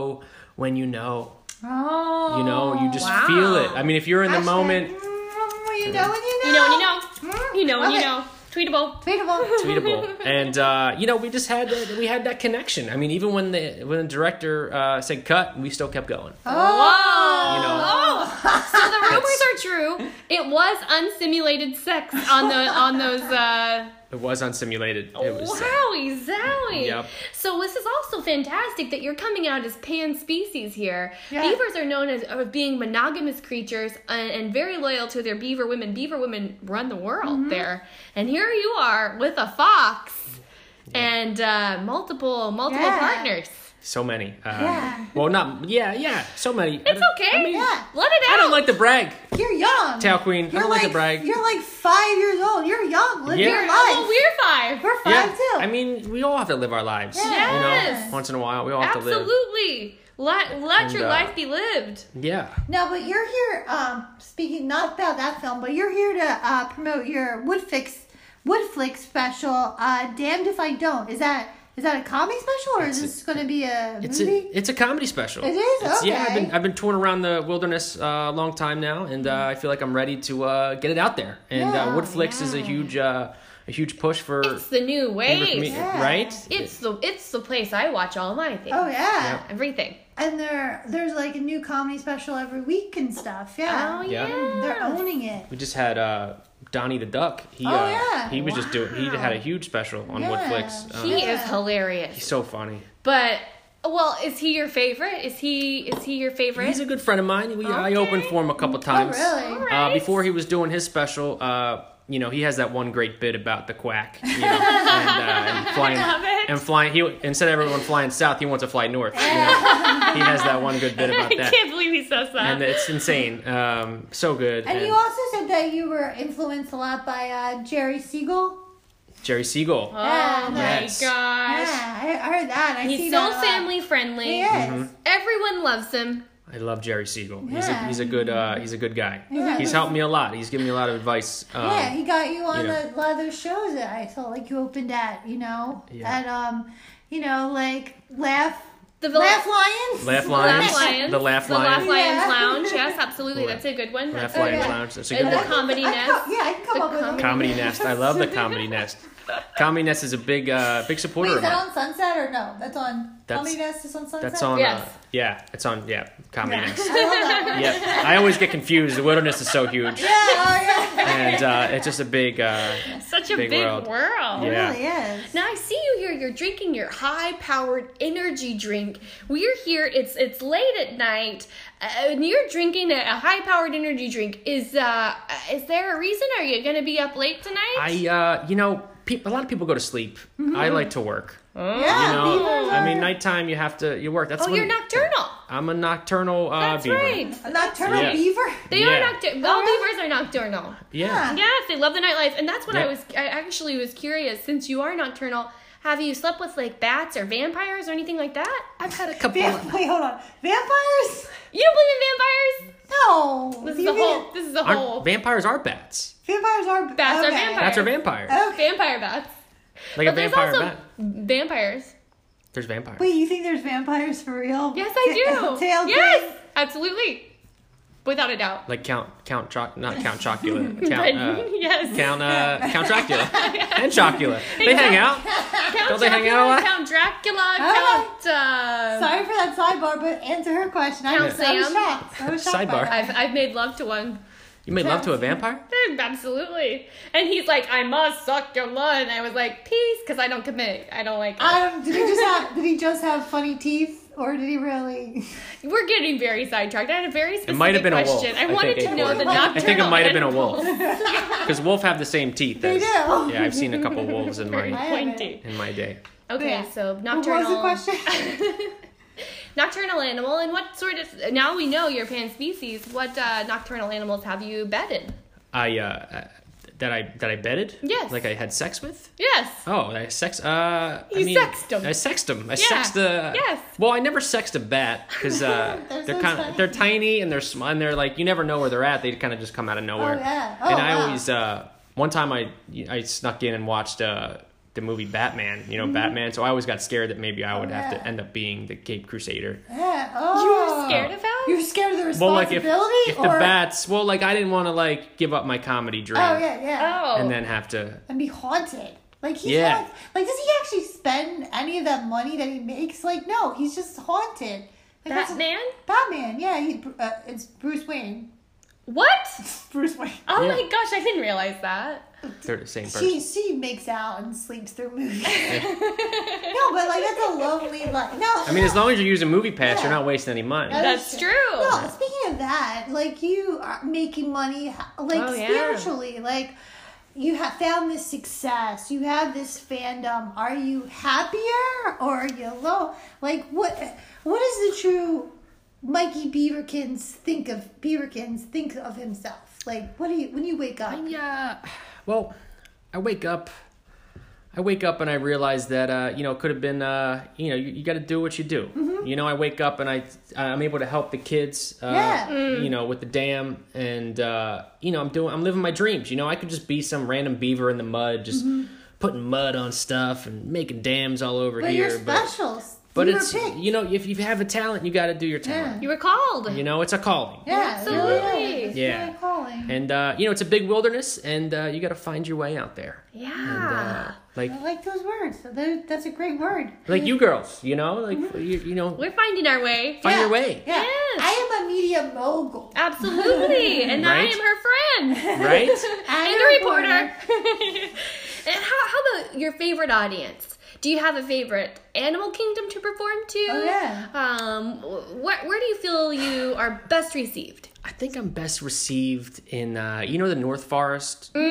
[SPEAKER 3] when you know.
[SPEAKER 1] Oh.
[SPEAKER 3] You know, you just
[SPEAKER 2] wow.
[SPEAKER 3] feel it. I mean, if you're in the
[SPEAKER 1] Hashtag,
[SPEAKER 3] moment,
[SPEAKER 1] Oh, mm, you know when you know.
[SPEAKER 2] you know, and you know,
[SPEAKER 1] Mm,
[SPEAKER 2] you know, and you
[SPEAKER 1] okay.
[SPEAKER 2] know, tweetable.
[SPEAKER 1] Tweetable.
[SPEAKER 3] tweetable. and uh, you know, we just had that, we had that connection. I mean, even when the when the director uh, said cut, we still kept going.
[SPEAKER 2] Whoa!
[SPEAKER 3] Oh. You know.
[SPEAKER 2] Oh, so the rumors are true. It was unsimulated sex on the on those. Uh,
[SPEAKER 3] It was unsimulated. It was uh,
[SPEAKER 2] Wowie zowie!
[SPEAKER 3] Yep.
[SPEAKER 2] So this is also fantastic that you're coming out as pan species here.
[SPEAKER 1] Yeah.
[SPEAKER 2] Beavers are known as are being monogamous creatures and, and very loyal to their beaver women. Beaver women run the world
[SPEAKER 3] Mm-hmm.
[SPEAKER 2] there, and here you are with a fox and uh, multiple multiple
[SPEAKER 1] Yeah.
[SPEAKER 2] partners.
[SPEAKER 3] so many. Uh,
[SPEAKER 1] Yeah.
[SPEAKER 3] Well, not yeah, yeah. So many.
[SPEAKER 2] It's okay.
[SPEAKER 3] I, mean,
[SPEAKER 1] Yeah.
[SPEAKER 2] Let it out.
[SPEAKER 3] I don't like to brag.
[SPEAKER 1] You're young.
[SPEAKER 3] Tail queen. I
[SPEAKER 1] You're
[SPEAKER 3] don't like,
[SPEAKER 1] like
[SPEAKER 3] to brag.
[SPEAKER 1] You're like five years old. You're young. Live
[SPEAKER 3] Yeah.
[SPEAKER 1] your
[SPEAKER 2] We're-
[SPEAKER 1] life.
[SPEAKER 2] well, we're five.
[SPEAKER 1] We're
[SPEAKER 3] yeah.
[SPEAKER 1] five too.
[SPEAKER 3] I mean, we all have to live our lives. You
[SPEAKER 2] Yes.
[SPEAKER 3] know, once in a while, we all have to live.
[SPEAKER 2] Absolutely. Let let
[SPEAKER 3] And,
[SPEAKER 2] your
[SPEAKER 3] uh,
[SPEAKER 2] life be lived.
[SPEAKER 3] Yeah.
[SPEAKER 1] No, but you're here. Um, speaking not about that film, but you're here to uh, promote your Woodfix Woodflix special. Uh, Damned if I don't. Is that is that a comedy special or is this going to be a
[SPEAKER 3] It's
[SPEAKER 1] movie?
[SPEAKER 3] a it's a comedy special.
[SPEAKER 1] It is?
[SPEAKER 3] It's- Yeah, I've
[SPEAKER 1] Okay.
[SPEAKER 3] been I've been touring around the wilderness uh, a long time now, and uh, I feel like I'm ready to uh, get it out there. And
[SPEAKER 1] Yeah.
[SPEAKER 3] uh, Woodflix is a huge uh, a huge push for
[SPEAKER 2] It's the new
[SPEAKER 3] for
[SPEAKER 2] wave.
[SPEAKER 3] me-
[SPEAKER 1] Yeah.
[SPEAKER 3] right.
[SPEAKER 2] It's the it's the place I watch all my things.
[SPEAKER 1] Oh yeah.
[SPEAKER 3] Yep.
[SPEAKER 2] Everything.
[SPEAKER 1] And there there's like a new comedy special every week and stuff.
[SPEAKER 2] Oh
[SPEAKER 1] Yeah.
[SPEAKER 3] Yeah.
[SPEAKER 2] yeah.
[SPEAKER 1] They're owning it.
[SPEAKER 3] we just had uh, Donnie the Duck. He
[SPEAKER 1] Oh,
[SPEAKER 3] uh,
[SPEAKER 1] yeah.
[SPEAKER 3] he was just doing he
[SPEAKER 2] Wow.
[SPEAKER 3] had a huge special on
[SPEAKER 1] Yeah.
[SPEAKER 3] Woodflix. Uh,
[SPEAKER 2] he is
[SPEAKER 1] Yeah.
[SPEAKER 3] he's
[SPEAKER 2] hilarious.
[SPEAKER 3] so funny.
[SPEAKER 2] But well, is he your favorite? Is he is he your favorite?
[SPEAKER 3] He's a good friend of mine. We I
[SPEAKER 2] Okay.
[SPEAKER 3] opened for him a couple
[SPEAKER 1] Oh
[SPEAKER 3] times.
[SPEAKER 1] really?
[SPEAKER 3] Uh,
[SPEAKER 2] Right.
[SPEAKER 3] before he was doing his special, uh, you know, he has that one great bit about the quack, you know, and, uh, and flying,
[SPEAKER 2] Love it.
[SPEAKER 3] and flying. He instead of everyone flying south, he wants to fly north. You know? he has that one good bit about
[SPEAKER 2] I
[SPEAKER 3] that,
[SPEAKER 2] can't believe he says that.
[SPEAKER 3] and it's insane. Um, so good.
[SPEAKER 1] And you also said that you were influenced a lot by uh, Jerry Siegel.
[SPEAKER 3] Jerry Siegel.
[SPEAKER 2] oh
[SPEAKER 1] Yeah.
[SPEAKER 2] my
[SPEAKER 3] Yes.
[SPEAKER 1] Yeah,
[SPEAKER 2] gosh.
[SPEAKER 1] I I heard that. I
[SPEAKER 2] He's
[SPEAKER 1] see
[SPEAKER 2] so
[SPEAKER 1] that a lot.
[SPEAKER 2] family friendly.
[SPEAKER 1] He is.
[SPEAKER 2] Everyone loves him.
[SPEAKER 3] I love Jerry Siegel. He's a
[SPEAKER 1] Yeah.
[SPEAKER 3] he's a good uh, he's a good guy.
[SPEAKER 1] Yeah.
[SPEAKER 3] He's helped me a lot. He's given me a lot of advice. Um,
[SPEAKER 1] yeah, he got you on
[SPEAKER 3] you know.
[SPEAKER 1] a lot of those shows that I saw, like you opened at, you know,
[SPEAKER 3] Yeah.
[SPEAKER 1] at um, you know, like laugh,
[SPEAKER 2] The Villa-
[SPEAKER 1] laugh lions.
[SPEAKER 2] Laugh
[SPEAKER 3] Laugh Lions,
[SPEAKER 2] Lions.
[SPEAKER 3] the Laugh Lion,
[SPEAKER 2] The Laugh Lions
[SPEAKER 1] Yeah.
[SPEAKER 2] Lounge. Yes, absolutely.
[SPEAKER 3] Yeah.
[SPEAKER 2] That's a good one.
[SPEAKER 3] Laugh
[SPEAKER 2] That's
[SPEAKER 3] Lion
[SPEAKER 1] Okay.
[SPEAKER 3] Lounge. That's a
[SPEAKER 2] And
[SPEAKER 3] good
[SPEAKER 2] the
[SPEAKER 3] one.
[SPEAKER 2] Comedy
[SPEAKER 1] I
[SPEAKER 2] Nest.
[SPEAKER 1] come- yeah, I can come
[SPEAKER 2] The
[SPEAKER 1] up with
[SPEAKER 2] com-
[SPEAKER 3] Comedy Nest. I love the Comedy Nest. Comedy Nest is a big uh, big supporter
[SPEAKER 1] Wait, is
[SPEAKER 3] of
[SPEAKER 1] that
[SPEAKER 3] mine.
[SPEAKER 1] on Sunset or no? That's on
[SPEAKER 3] That's-
[SPEAKER 1] Comedy Nest is on Sunset.
[SPEAKER 3] That's on. Uh,
[SPEAKER 2] Yes.
[SPEAKER 3] yeah, it's on. Yeah, Comedy
[SPEAKER 1] Yeah.
[SPEAKER 3] Nest.
[SPEAKER 1] I love that one.
[SPEAKER 3] Yeah, I always get confused. The wilderness is so huge,
[SPEAKER 1] Yeah, oh, yeah.
[SPEAKER 3] and uh, it's just a big. Uh,
[SPEAKER 2] Such a
[SPEAKER 3] Big
[SPEAKER 2] big,
[SPEAKER 3] world.
[SPEAKER 2] world.
[SPEAKER 1] It
[SPEAKER 3] Yeah.
[SPEAKER 1] really is.
[SPEAKER 2] Now I see you here. You're drinking your high-powered energy drink. We're here. It's it's late at night, uh, and you're drinking a, a high-powered energy drink. Is uh is there a reason? Are you gonna be up late tonight?
[SPEAKER 3] I uh, you know, pe- a lot of people go to sleep. I like to work.
[SPEAKER 1] yeah,
[SPEAKER 3] You know,
[SPEAKER 1] beavers
[SPEAKER 3] I
[SPEAKER 1] are-
[SPEAKER 3] mean, nighttime you have to you work. That's
[SPEAKER 2] oh,
[SPEAKER 3] when
[SPEAKER 2] you're nocturnal.
[SPEAKER 3] I'm a nocturnal uh,
[SPEAKER 2] That's
[SPEAKER 3] beaver.
[SPEAKER 2] right.
[SPEAKER 1] a nocturnal
[SPEAKER 3] Yeah.
[SPEAKER 1] beaver.
[SPEAKER 2] They
[SPEAKER 3] Yeah.
[SPEAKER 2] are nocturnal. All
[SPEAKER 1] really?
[SPEAKER 2] beavers are nocturnal.
[SPEAKER 3] Yeah.
[SPEAKER 1] Yeah.
[SPEAKER 2] Yes, they love the nightlife, and that's what
[SPEAKER 3] Yeah.
[SPEAKER 2] I was. I actually was curious. Since you are nocturnal, have you slept with like bats or vampires or anything like that?
[SPEAKER 3] I've had a couple.
[SPEAKER 1] Vamp- Wait, hold on. Vampires?
[SPEAKER 2] You don't believe in vampires?
[SPEAKER 1] No.
[SPEAKER 2] This
[SPEAKER 1] Do
[SPEAKER 2] is
[SPEAKER 1] you
[SPEAKER 2] a
[SPEAKER 1] mean-
[SPEAKER 2] whole. This is a whole.
[SPEAKER 3] Aren't, vampires are bats.
[SPEAKER 1] Vampires are
[SPEAKER 2] Bats are
[SPEAKER 1] okay.
[SPEAKER 2] vampires.
[SPEAKER 3] Bats are vampires.
[SPEAKER 1] Okay.
[SPEAKER 2] vampire bats.
[SPEAKER 3] Like a
[SPEAKER 2] but there's
[SPEAKER 3] vampire
[SPEAKER 2] also
[SPEAKER 3] bat.
[SPEAKER 2] vampires.
[SPEAKER 3] There's vampires.
[SPEAKER 1] Wait, you think there's vampires for real?
[SPEAKER 2] Yes, I
[SPEAKER 1] Ta-
[SPEAKER 2] do.
[SPEAKER 1] Tail
[SPEAKER 2] yes,
[SPEAKER 1] green?
[SPEAKER 2] absolutely, without a doubt.
[SPEAKER 3] Like Count Count Choc not Count Chocula. Count uh,
[SPEAKER 2] yes,
[SPEAKER 3] Count uh, Count Dracula and Chocula. They hang out.
[SPEAKER 2] Count
[SPEAKER 3] don't they hang out a lot?
[SPEAKER 2] Count Dracula,
[SPEAKER 3] Uh-huh.
[SPEAKER 1] Oh.
[SPEAKER 2] Count. Uh,
[SPEAKER 1] Sorry for that sidebar, but answer her question. I,
[SPEAKER 2] Count
[SPEAKER 1] was, I was
[SPEAKER 2] Sam.
[SPEAKER 1] shocked. I was shocked by
[SPEAKER 3] Sidebar.
[SPEAKER 1] that.
[SPEAKER 2] I've I've made love to one.
[SPEAKER 3] You made love to a vampire?
[SPEAKER 2] Absolutely. And he's like, I must suck your blood. And I was like, peace, because I don't commit. I don't like it.
[SPEAKER 1] Um, did he just have? Did he just have funny teeth, or did he really?
[SPEAKER 2] We're getting very sidetracked. I had a very specific
[SPEAKER 3] It might have been a wolf.
[SPEAKER 2] question. I
[SPEAKER 3] I
[SPEAKER 2] wanted
[SPEAKER 3] think
[SPEAKER 2] to
[SPEAKER 3] it
[SPEAKER 2] know
[SPEAKER 3] was.
[SPEAKER 2] the
[SPEAKER 1] I
[SPEAKER 2] nocturnal.
[SPEAKER 3] I think it might have been a
[SPEAKER 2] animal.
[SPEAKER 3] wolf because wolf have the same teeth.
[SPEAKER 1] They
[SPEAKER 3] as-
[SPEAKER 1] do.
[SPEAKER 3] Yeah, I've seen a couple wolves in
[SPEAKER 2] Very
[SPEAKER 3] my
[SPEAKER 1] I-
[SPEAKER 2] pointy.
[SPEAKER 3] in my day.
[SPEAKER 2] Okay,
[SPEAKER 1] Yeah.
[SPEAKER 2] so
[SPEAKER 1] What
[SPEAKER 2] nocturnal.
[SPEAKER 1] was the question?
[SPEAKER 2] nocturnal animal, and what sort of. Now we know you're pan species. What uh, nocturnal animals have you bedded?
[SPEAKER 3] I uh, that I that I bedded.
[SPEAKER 2] Yes.
[SPEAKER 3] Like I had sex with.
[SPEAKER 2] Yes.
[SPEAKER 3] Oh, I sex. Uh, I
[SPEAKER 2] You
[SPEAKER 3] mean,
[SPEAKER 2] sexed 'em.
[SPEAKER 3] I sexed them. I sexed the.
[SPEAKER 2] Yes.
[SPEAKER 3] Well, I never sexed a bat because uh,
[SPEAKER 1] They're
[SPEAKER 3] they're,
[SPEAKER 1] so
[SPEAKER 3] kind
[SPEAKER 1] tiny.
[SPEAKER 3] of they're tiny and they're sm- and they're like you never know where they're at. They kind of just come out of nowhere.
[SPEAKER 1] yeah. Oh,
[SPEAKER 3] and I
[SPEAKER 1] wow.
[SPEAKER 3] always uh, one time I I snuck in and watched uh, the movie Batman. You know Batman. So I always got scared that maybe I would have
[SPEAKER 1] Mm-hmm. Oh, yeah.
[SPEAKER 3] to end up being the Cape Crusader.
[SPEAKER 1] yeah.
[SPEAKER 2] You
[SPEAKER 1] Oh.
[SPEAKER 2] were scared of that?
[SPEAKER 1] You were scared of the
[SPEAKER 3] Well, like if,
[SPEAKER 1] responsibility,
[SPEAKER 3] if the
[SPEAKER 1] or
[SPEAKER 3] bats. Well, like I didn't want to like give up my comedy dream.
[SPEAKER 1] oh yeah, yeah,
[SPEAKER 2] Oh.
[SPEAKER 3] And then have to
[SPEAKER 1] and be haunted. Like he's
[SPEAKER 3] Yeah.
[SPEAKER 1] haunted. like does he actually spend any of that money that he makes? Like no, he's just haunted. Like, that's-
[SPEAKER 2] Batman?
[SPEAKER 1] Batman, yeah, he, uh, it's Bruce Wayne.
[SPEAKER 2] What?
[SPEAKER 1] Bruce Wayne.
[SPEAKER 2] Oh
[SPEAKER 3] Yeah.
[SPEAKER 2] my gosh, I didn't realize that.
[SPEAKER 3] they're the same person.
[SPEAKER 1] She she makes out and sleeps through movies. no, but like that's a lonely life. No,
[SPEAKER 3] I mean, as long as you're using Movie Pass,
[SPEAKER 1] Yeah.
[SPEAKER 3] you're not wasting any money.
[SPEAKER 1] That is
[SPEAKER 2] That's
[SPEAKER 1] true.
[SPEAKER 2] true.
[SPEAKER 1] No, speaking of that, like you are making money, like
[SPEAKER 2] Oh, yeah.
[SPEAKER 1] spiritually, like you have found this success, you have this fandom. Are you happier or are you low? Like what? What is the true Mikey Beaverkins think of Beaverkins think of himself? Like what do you when you wake up?
[SPEAKER 3] Yeah. Well, I wake up. I wake up and I realize that uh, you know it could have been uh, you know you, you got to do what you do.
[SPEAKER 1] Mm-hmm.
[SPEAKER 3] You know I wake up and I I'm able to help the kids. Uh,
[SPEAKER 1] Yeah.
[SPEAKER 3] You know with the dam and uh, you know I'm doing I'm living my dreams. You know I could just be some random beaver in the mud just. Putting mud on stuff and making dams all over
[SPEAKER 1] Mm-hmm. But
[SPEAKER 3] here,
[SPEAKER 1] you're special.
[SPEAKER 3] but, but
[SPEAKER 1] you were
[SPEAKER 3] it's
[SPEAKER 1] picked.
[SPEAKER 3] you know if you have a talent, you got to do your talent.
[SPEAKER 2] You were called.
[SPEAKER 3] You know it's a calling.
[SPEAKER 1] yeah,
[SPEAKER 2] absolutely.
[SPEAKER 1] It really is.
[SPEAKER 3] Yeah.
[SPEAKER 1] It's really calling.
[SPEAKER 3] And uh, you know, it's a big wilderness, and uh, you got to find your way out there.
[SPEAKER 2] Yeah.
[SPEAKER 3] Uh, like,
[SPEAKER 1] I like those words. Tho- That's a great word.
[SPEAKER 3] like you girls, you know, like
[SPEAKER 1] Mm-hmm.
[SPEAKER 3] you, you know,
[SPEAKER 2] We're finding our way.
[SPEAKER 3] find
[SPEAKER 1] Yeah.
[SPEAKER 3] your way,
[SPEAKER 1] Yeah.
[SPEAKER 2] Yes.
[SPEAKER 1] I am a media mogul.
[SPEAKER 2] Absolutely. And I
[SPEAKER 3] Right?
[SPEAKER 2] am her friend.
[SPEAKER 3] right?
[SPEAKER 1] I'm
[SPEAKER 2] and
[SPEAKER 1] a
[SPEAKER 2] the reporter. and how, how about your favorite audience? Do you have a favorite animal kingdom to perform to?
[SPEAKER 1] Oh, yeah.
[SPEAKER 2] Um, wh- where do you feel you are best received?
[SPEAKER 3] I think I'm best received in, uh, you know, the North Forest.
[SPEAKER 1] Oh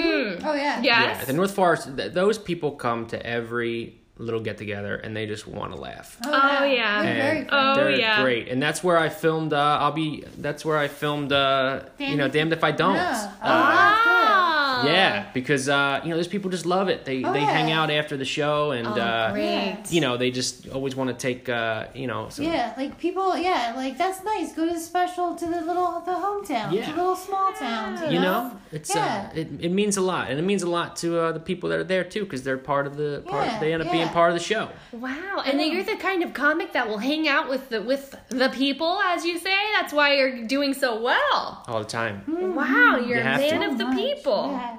[SPEAKER 1] yeah.
[SPEAKER 2] Yes.
[SPEAKER 3] Yeah, the North Forest. Th- those people come to every little get together, and they just want to laugh.
[SPEAKER 2] Oh, yeah.
[SPEAKER 1] You're very funny.
[SPEAKER 3] And
[SPEAKER 2] Oh,
[SPEAKER 3] they're
[SPEAKER 2] yeah.
[SPEAKER 3] great, and that's where I filmed. Uh, I'll be. That's where I filmed. Uh, you know, damned if I don't.
[SPEAKER 1] Yeah. Uh-huh.
[SPEAKER 3] Uh,
[SPEAKER 2] Ah.
[SPEAKER 1] Oh, that's good.
[SPEAKER 3] Yeah, because uh, you know, there's people just love it. They they
[SPEAKER 1] Oh, yeah. Oh,
[SPEAKER 3] hang out after the show and
[SPEAKER 2] Oh,
[SPEAKER 3] uh,
[SPEAKER 5] Great.
[SPEAKER 3] you know they just always want to take uh, you know some,
[SPEAKER 1] Yeah, like people. Yeah, like that's nice. Go to the special to the little the hometown,
[SPEAKER 3] Yeah.
[SPEAKER 1] the little small towns.
[SPEAKER 3] you know it's
[SPEAKER 1] um, Yeah.
[SPEAKER 3] uh, it, it means a lot and it means a lot to uh, the people that are there too because they're part of the part
[SPEAKER 1] Yeah,
[SPEAKER 3] they end up
[SPEAKER 1] yeah.
[SPEAKER 3] being part of the show
[SPEAKER 2] Wow, and then you're the kind of comic that will hang out with the with the people, as you say. That's why you're doing so well.
[SPEAKER 3] all the time
[SPEAKER 2] Wow, you're
[SPEAKER 3] You
[SPEAKER 2] a
[SPEAKER 3] have
[SPEAKER 2] man
[SPEAKER 3] to.
[SPEAKER 2] of the
[SPEAKER 1] Much,
[SPEAKER 2] people.
[SPEAKER 1] yeah.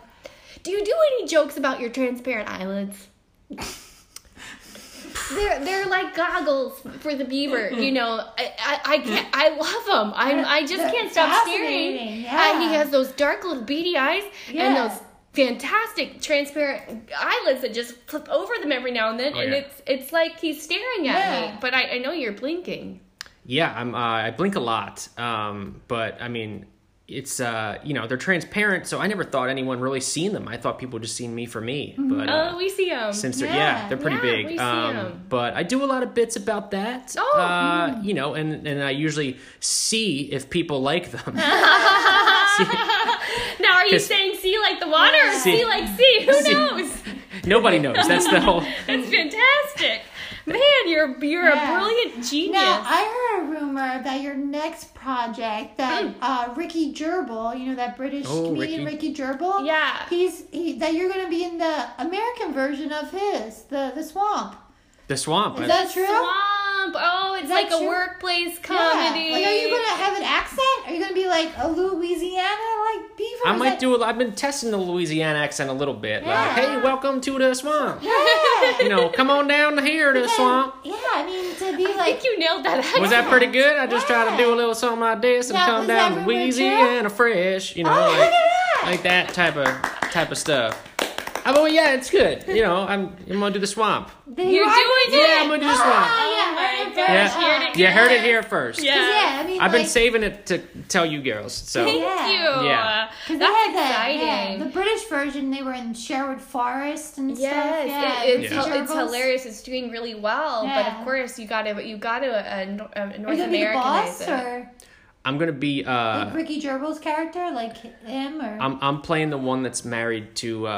[SPEAKER 2] Do you do any jokes about your transparent eyelids? they're they're like goggles for the beaver. You know, I I, I can't. I love them. I'm I just
[SPEAKER 1] They're
[SPEAKER 2] can't stop staring.
[SPEAKER 1] fascinating,
[SPEAKER 2] And he
[SPEAKER 1] yeah.
[SPEAKER 2] has those dark little beady eyes and
[SPEAKER 1] Yeah.
[SPEAKER 2] those fantastic transparent eyelids that just flip over them every now and then,
[SPEAKER 3] Oh,
[SPEAKER 2] and
[SPEAKER 3] yeah.
[SPEAKER 2] it's it's like he's staring at
[SPEAKER 1] Yeah.
[SPEAKER 2] me. But I, I know you're blinking.
[SPEAKER 3] yeah i'm uh, i blink a lot um, but i mean it's uh you know they're transparent so i never thought anyone really seen them i thought people just seen me for me
[SPEAKER 1] Mm-hmm.
[SPEAKER 3] but uh,
[SPEAKER 2] Oh, we see him.
[SPEAKER 3] since they're
[SPEAKER 1] Yeah,
[SPEAKER 3] yeah, they're pretty
[SPEAKER 2] yeah,
[SPEAKER 3] big.
[SPEAKER 2] we see
[SPEAKER 3] um,
[SPEAKER 2] 'em.
[SPEAKER 3] But I do a lot of bits about that.
[SPEAKER 2] Oh.
[SPEAKER 3] uh,
[SPEAKER 1] mm.
[SPEAKER 3] you know, and and I usually see if people like them.
[SPEAKER 2] Now, are you
[SPEAKER 3] 'Cause-
[SPEAKER 2] saying sea like the water or
[SPEAKER 3] Sea.
[SPEAKER 2] sea like sea? Who
[SPEAKER 3] Sea.
[SPEAKER 2] knows?
[SPEAKER 3] Nobody knows. That's the whole.
[SPEAKER 2] That's fantastic. Man, you're you're
[SPEAKER 1] Yeah.
[SPEAKER 2] a brilliant genius.
[SPEAKER 1] Now I heard a rumor that your next project, that
[SPEAKER 2] Hmm.
[SPEAKER 1] uh, Ricky Gerbil, you know that British
[SPEAKER 3] Oh,
[SPEAKER 1] comedian Ricky.
[SPEAKER 3] Ricky.
[SPEAKER 1] Gerbil,
[SPEAKER 2] Yeah.
[SPEAKER 1] he's he, that you're going to be in the American version of his, the the swamp.
[SPEAKER 3] The swamp.
[SPEAKER 1] Is that true?
[SPEAKER 2] Swamp. Oh, it's
[SPEAKER 1] that
[SPEAKER 2] like a
[SPEAKER 1] true?
[SPEAKER 2] workplace
[SPEAKER 1] Yeah.
[SPEAKER 2] comedy.
[SPEAKER 1] Like, are you going to have an accent? Are you going to be like a Louisiana like beaver?
[SPEAKER 3] I
[SPEAKER 1] Is
[SPEAKER 3] might
[SPEAKER 1] that-
[SPEAKER 3] do. A, I've been testing the Louisiana accent a little bit.
[SPEAKER 1] Yeah.
[SPEAKER 3] Like, hey, welcome to the swamp.
[SPEAKER 1] Yeah.
[SPEAKER 3] You know, come on down here to the swamp.
[SPEAKER 1] Yeah, I mean to be
[SPEAKER 2] I
[SPEAKER 1] like
[SPEAKER 2] think you nailed that. Accent.
[SPEAKER 3] Was that pretty good? I just try to
[SPEAKER 1] Yeah.
[SPEAKER 3] do a little something like this and
[SPEAKER 1] Now,
[SPEAKER 3] come
[SPEAKER 1] is
[SPEAKER 3] down
[SPEAKER 1] that
[SPEAKER 3] to
[SPEAKER 1] rumor true?
[SPEAKER 3] Louisiana fresh. You know,
[SPEAKER 1] Oh, look at
[SPEAKER 3] like,
[SPEAKER 1] that!
[SPEAKER 3] like that type of type of stuff. Oh, but yeah, it's good. You know, I'm I'm gonna do the swamp.
[SPEAKER 1] They
[SPEAKER 2] You're
[SPEAKER 1] are-
[SPEAKER 2] doing it.
[SPEAKER 3] Yeah, I'm gonna do the swamp.
[SPEAKER 1] Oh, yeah,
[SPEAKER 2] Oh my
[SPEAKER 1] right,
[SPEAKER 2] gosh,
[SPEAKER 1] right.
[SPEAKER 2] you heard it
[SPEAKER 3] You heard it
[SPEAKER 2] first.
[SPEAKER 3] here first.
[SPEAKER 2] Yeah.
[SPEAKER 1] 'Cause, yeah, I mean,
[SPEAKER 3] I've been
[SPEAKER 1] like-
[SPEAKER 3] saving it to tell you girls. So
[SPEAKER 2] Thank
[SPEAKER 1] Yeah.
[SPEAKER 2] you.
[SPEAKER 3] Yeah.
[SPEAKER 1] Because they
[SPEAKER 2] That's
[SPEAKER 1] had that,
[SPEAKER 2] exciting.
[SPEAKER 1] Yeah, the British version, they were in Sherwood Forest and
[SPEAKER 2] Yes,
[SPEAKER 1] stuff.
[SPEAKER 2] it,
[SPEAKER 1] yeah,
[SPEAKER 2] it's,
[SPEAKER 1] with
[SPEAKER 3] Yeah.
[SPEAKER 1] the
[SPEAKER 2] hil- it's
[SPEAKER 1] gerbils.
[SPEAKER 2] hilarious. It's doing really well, but
[SPEAKER 1] Yeah.
[SPEAKER 2] of course you gotta you gotta uh, nor- uh,
[SPEAKER 1] Are you
[SPEAKER 2] North
[SPEAKER 1] gonna be the boss
[SPEAKER 2] Americanize it.
[SPEAKER 1] or
[SPEAKER 3] I'm gonna be.
[SPEAKER 1] like
[SPEAKER 3] Uh,
[SPEAKER 1] Ricky Gerbil's character, like him or
[SPEAKER 3] I'm I'm playing the one that's married to uh,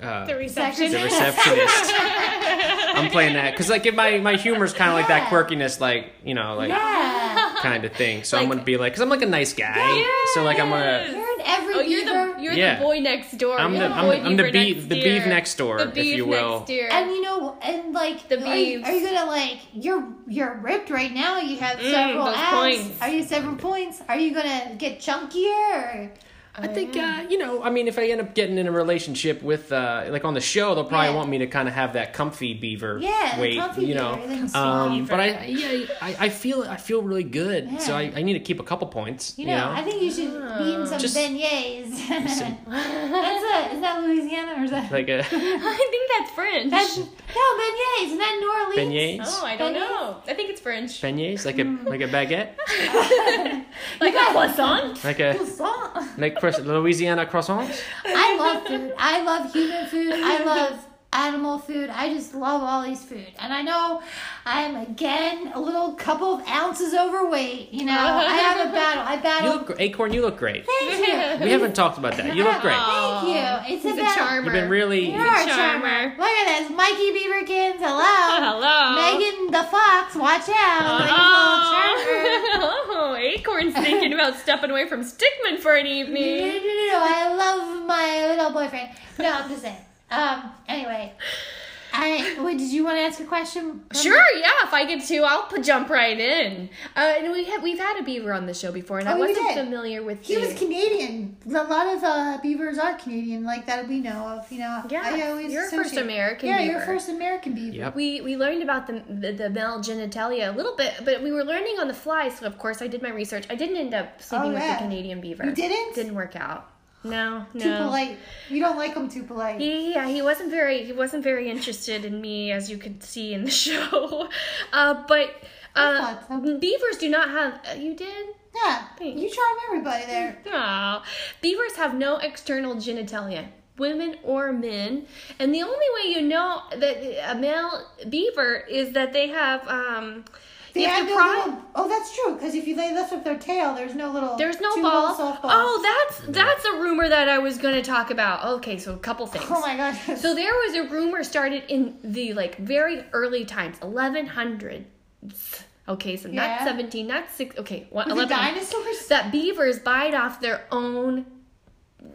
[SPEAKER 3] uh,
[SPEAKER 2] The reception.
[SPEAKER 3] the receptionist. I'm playing that because like if my my humor's kind of like that
[SPEAKER 1] Yeah.
[SPEAKER 3] quirkiness, like you know, like
[SPEAKER 1] Yeah,
[SPEAKER 3] kind of thing. So I'm gonna be like, because I'm like a nice guy.
[SPEAKER 2] Yeah.
[SPEAKER 3] so like I'm gonna.
[SPEAKER 1] you're in every
[SPEAKER 2] Oh, you're
[SPEAKER 1] beaver.
[SPEAKER 2] the you're
[SPEAKER 3] Yeah.
[SPEAKER 2] the boy next door.
[SPEAKER 3] I'm
[SPEAKER 2] You're
[SPEAKER 3] the
[SPEAKER 2] the
[SPEAKER 3] I'm,
[SPEAKER 2] boy
[SPEAKER 3] I'm the
[SPEAKER 2] beaver next
[SPEAKER 3] beef the
[SPEAKER 2] door.
[SPEAKER 3] beef next door,
[SPEAKER 2] The beef
[SPEAKER 3] if you will.
[SPEAKER 2] next door.
[SPEAKER 1] and you know, and like,
[SPEAKER 2] The
[SPEAKER 1] are you,
[SPEAKER 2] beeves.
[SPEAKER 1] are you gonna like? You're you're ripped right now. You have several
[SPEAKER 2] Mm, those
[SPEAKER 1] abs.
[SPEAKER 2] points.
[SPEAKER 1] Are you several points? Are you gonna get chunkier? Or,
[SPEAKER 3] I think uh, you know. I mean, if I end up getting in a relationship with, uh, like on the show, they'll probably
[SPEAKER 1] Yeah.
[SPEAKER 3] want me to kind of have that comfy beaver
[SPEAKER 1] Yeah, the
[SPEAKER 3] weight,
[SPEAKER 1] comfy
[SPEAKER 3] you
[SPEAKER 1] beaver,
[SPEAKER 3] know.
[SPEAKER 1] like small
[SPEAKER 3] um,
[SPEAKER 1] beaver.
[SPEAKER 3] but I, yeah, I, I feel, I feel really good. So I,
[SPEAKER 1] Yeah.
[SPEAKER 3] I need to keep a couple points.
[SPEAKER 1] you know, I think you should be
[SPEAKER 2] Ah.
[SPEAKER 1] eating some
[SPEAKER 3] Just-
[SPEAKER 1] beignets. That's
[SPEAKER 3] Some-
[SPEAKER 1] a, is that Louisiana or is that?
[SPEAKER 3] like a
[SPEAKER 2] I think that's French.
[SPEAKER 1] That's, no, beignets. Isn't that New Orleans?
[SPEAKER 3] beignets,
[SPEAKER 2] oh, I don't
[SPEAKER 1] French.
[SPEAKER 2] know. I think it's French.
[SPEAKER 3] beignets, like a like a baguette,
[SPEAKER 2] Like a croissant.
[SPEAKER 3] like a
[SPEAKER 1] Croissant.
[SPEAKER 3] like croiss- Louisiana croissants.
[SPEAKER 1] I love food. I love human food. I love animal food. I just love all these food. And I know I'm again a little couple of ounces overweight. You know, I have a battle. I
[SPEAKER 3] You
[SPEAKER 1] battle.
[SPEAKER 3] look gr- acorn. You look great.
[SPEAKER 1] Thank you.
[SPEAKER 3] We haven't talked about that. You look great.
[SPEAKER 1] Thank you. It's
[SPEAKER 2] He's
[SPEAKER 1] a
[SPEAKER 2] a
[SPEAKER 1] battle.
[SPEAKER 2] charmer.
[SPEAKER 3] You've been really.
[SPEAKER 1] You are a charmer.
[SPEAKER 2] charmer.
[SPEAKER 1] Look at this, Mikey Beaverkins. Hello.
[SPEAKER 2] Oh, Hello.
[SPEAKER 1] Megan the Fox. Watch out. Like a little charmer.
[SPEAKER 2] Oh, Acorn's thinking about stepping away from Stickman for an
[SPEAKER 1] No, no, no,
[SPEAKER 2] evening.
[SPEAKER 1] no. I love my little boyfriend. No, I'm just saying. Um. Anyway, I wait. Did you want to ask a question?
[SPEAKER 2] Sure, yeah. If I get to, I'll p- jump right in. Uh, and we have we've had a beaver on the show before, and
[SPEAKER 1] Oh,
[SPEAKER 2] I
[SPEAKER 1] we
[SPEAKER 2] wasn't
[SPEAKER 1] did.
[SPEAKER 2] familiar with.
[SPEAKER 1] He
[SPEAKER 2] the-
[SPEAKER 1] was Canadian. A lot of uh, beavers are Canadian, like that we know of. You know.
[SPEAKER 2] Yeah,
[SPEAKER 1] I always
[SPEAKER 2] you're a first
[SPEAKER 1] associate-
[SPEAKER 2] American
[SPEAKER 1] Yeah, you're a
[SPEAKER 2] beaver.
[SPEAKER 1] first American beaver.
[SPEAKER 3] Yep.
[SPEAKER 2] We we learned about the, the the male genitalia a little bit, but we were learning on the fly. So of course, I did my research. I didn't end up sleeping
[SPEAKER 1] Oh, yeah.
[SPEAKER 2] with the Canadian beaver.
[SPEAKER 1] You didn't?
[SPEAKER 2] Didn't work out. No, no.
[SPEAKER 1] Too polite. You don't like them too polite.
[SPEAKER 2] He, yeah, he wasn't very he wasn't very interested in me, as you could see in the show. Uh, but uh,
[SPEAKER 1] thought so.
[SPEAKER 2] beavers do not have. Uh, you did.
[SPEAKER 1] yeah.
[SPEAKER 2] Thanks.
[SPEAKER 1] You charm everybody there.
[SPEAKER 2] Aw. Beavers have no external genitalia, women or men. And the only way you know that a male beaver is that they have um
[SPEAKER 1] They
[SPEAKER 2] You have
[SPEAKER 1] had
[SPEAKER 2] to
[SPEAKER 1] no
[SPEAKER 2] pry-
[SPEAKER 1] little, oh, that's true. Because if you they lift up their tail, there's no little.
[SPEAKER 2] There's no
[SPEAKER 1] two
[SPEAKER 2] ball.
[SPEAKER 1] little softballs.
[SPEAKER 2] Oh, that's that's a rumor that I was going to talk about. Okay, so a couple things.
[SPEAKER 1] oh my gosh.
[SPEAKER 2] So there was a rumor started in the like very early times, 1100s. Okay, so
[SPEAKER 1] Yeah.
[SPEAKER 2] not 17, not 6. Okay, what,
[SPEAKER 1] the
[SPEAKER 2] 11.
[SPEAKER 1] dinosaurs.
[SPEAKER 2] That beavers bite off their own,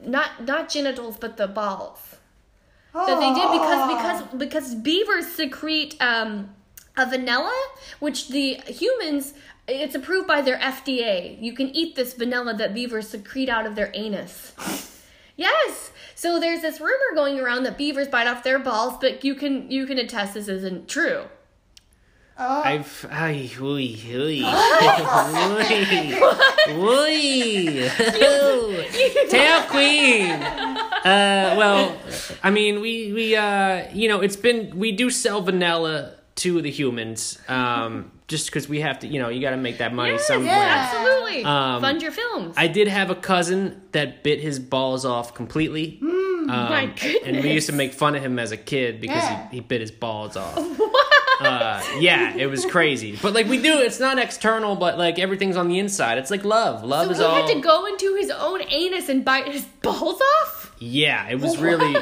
[SPEAKER 2] not not genitals, but the balls. That they did because because because beavers secrete um, a vanilla, which the humans. It's approved by their FDA. You can eat this vanilla that beavers secrete out of their anus. Yes. So there's this rumor going around that beavers bite off their balls, but you can you can attest this isn't true.
[SPEAKER 1] Oh.
[SPEAKER 3] I've I oi oi oi oi tail queen. Uh, well, I mean we we uh you know it's been we do sell vanilla to the humans um just because we have to you know you got to make that money somewhere.
[SPEAKER 1] yeah.
[SPEAKER 2] Absolutely.
[SPEAKER 3] Um,
[SPEAKER 2] Fund your films.
[SPEAKER 3] I did have a cousin that bit his balls off completely. um,
[SPEAKER 2] Hmm, my
[SPEAKER 3] And we
[SPEAKER 2] goodness.
[SPEAKER 3] used to make fun of him as a kid because
[SPEAKER 1] Yeah.
[SPEAKER 3] he, he bit his balls off. Uh, yeah, it was crazy. But like we do, it's not external, but like everything's on the inside. It's like love. Love
[SPEAKER 2] so
[SPEAKER 3] is
[SPEAKER 2] he
[SPEAKER 3] all.
[SPEAKER 2] had to go into his own anus and bite his balls off.
[SPEAKER 3] Yeah, it was really,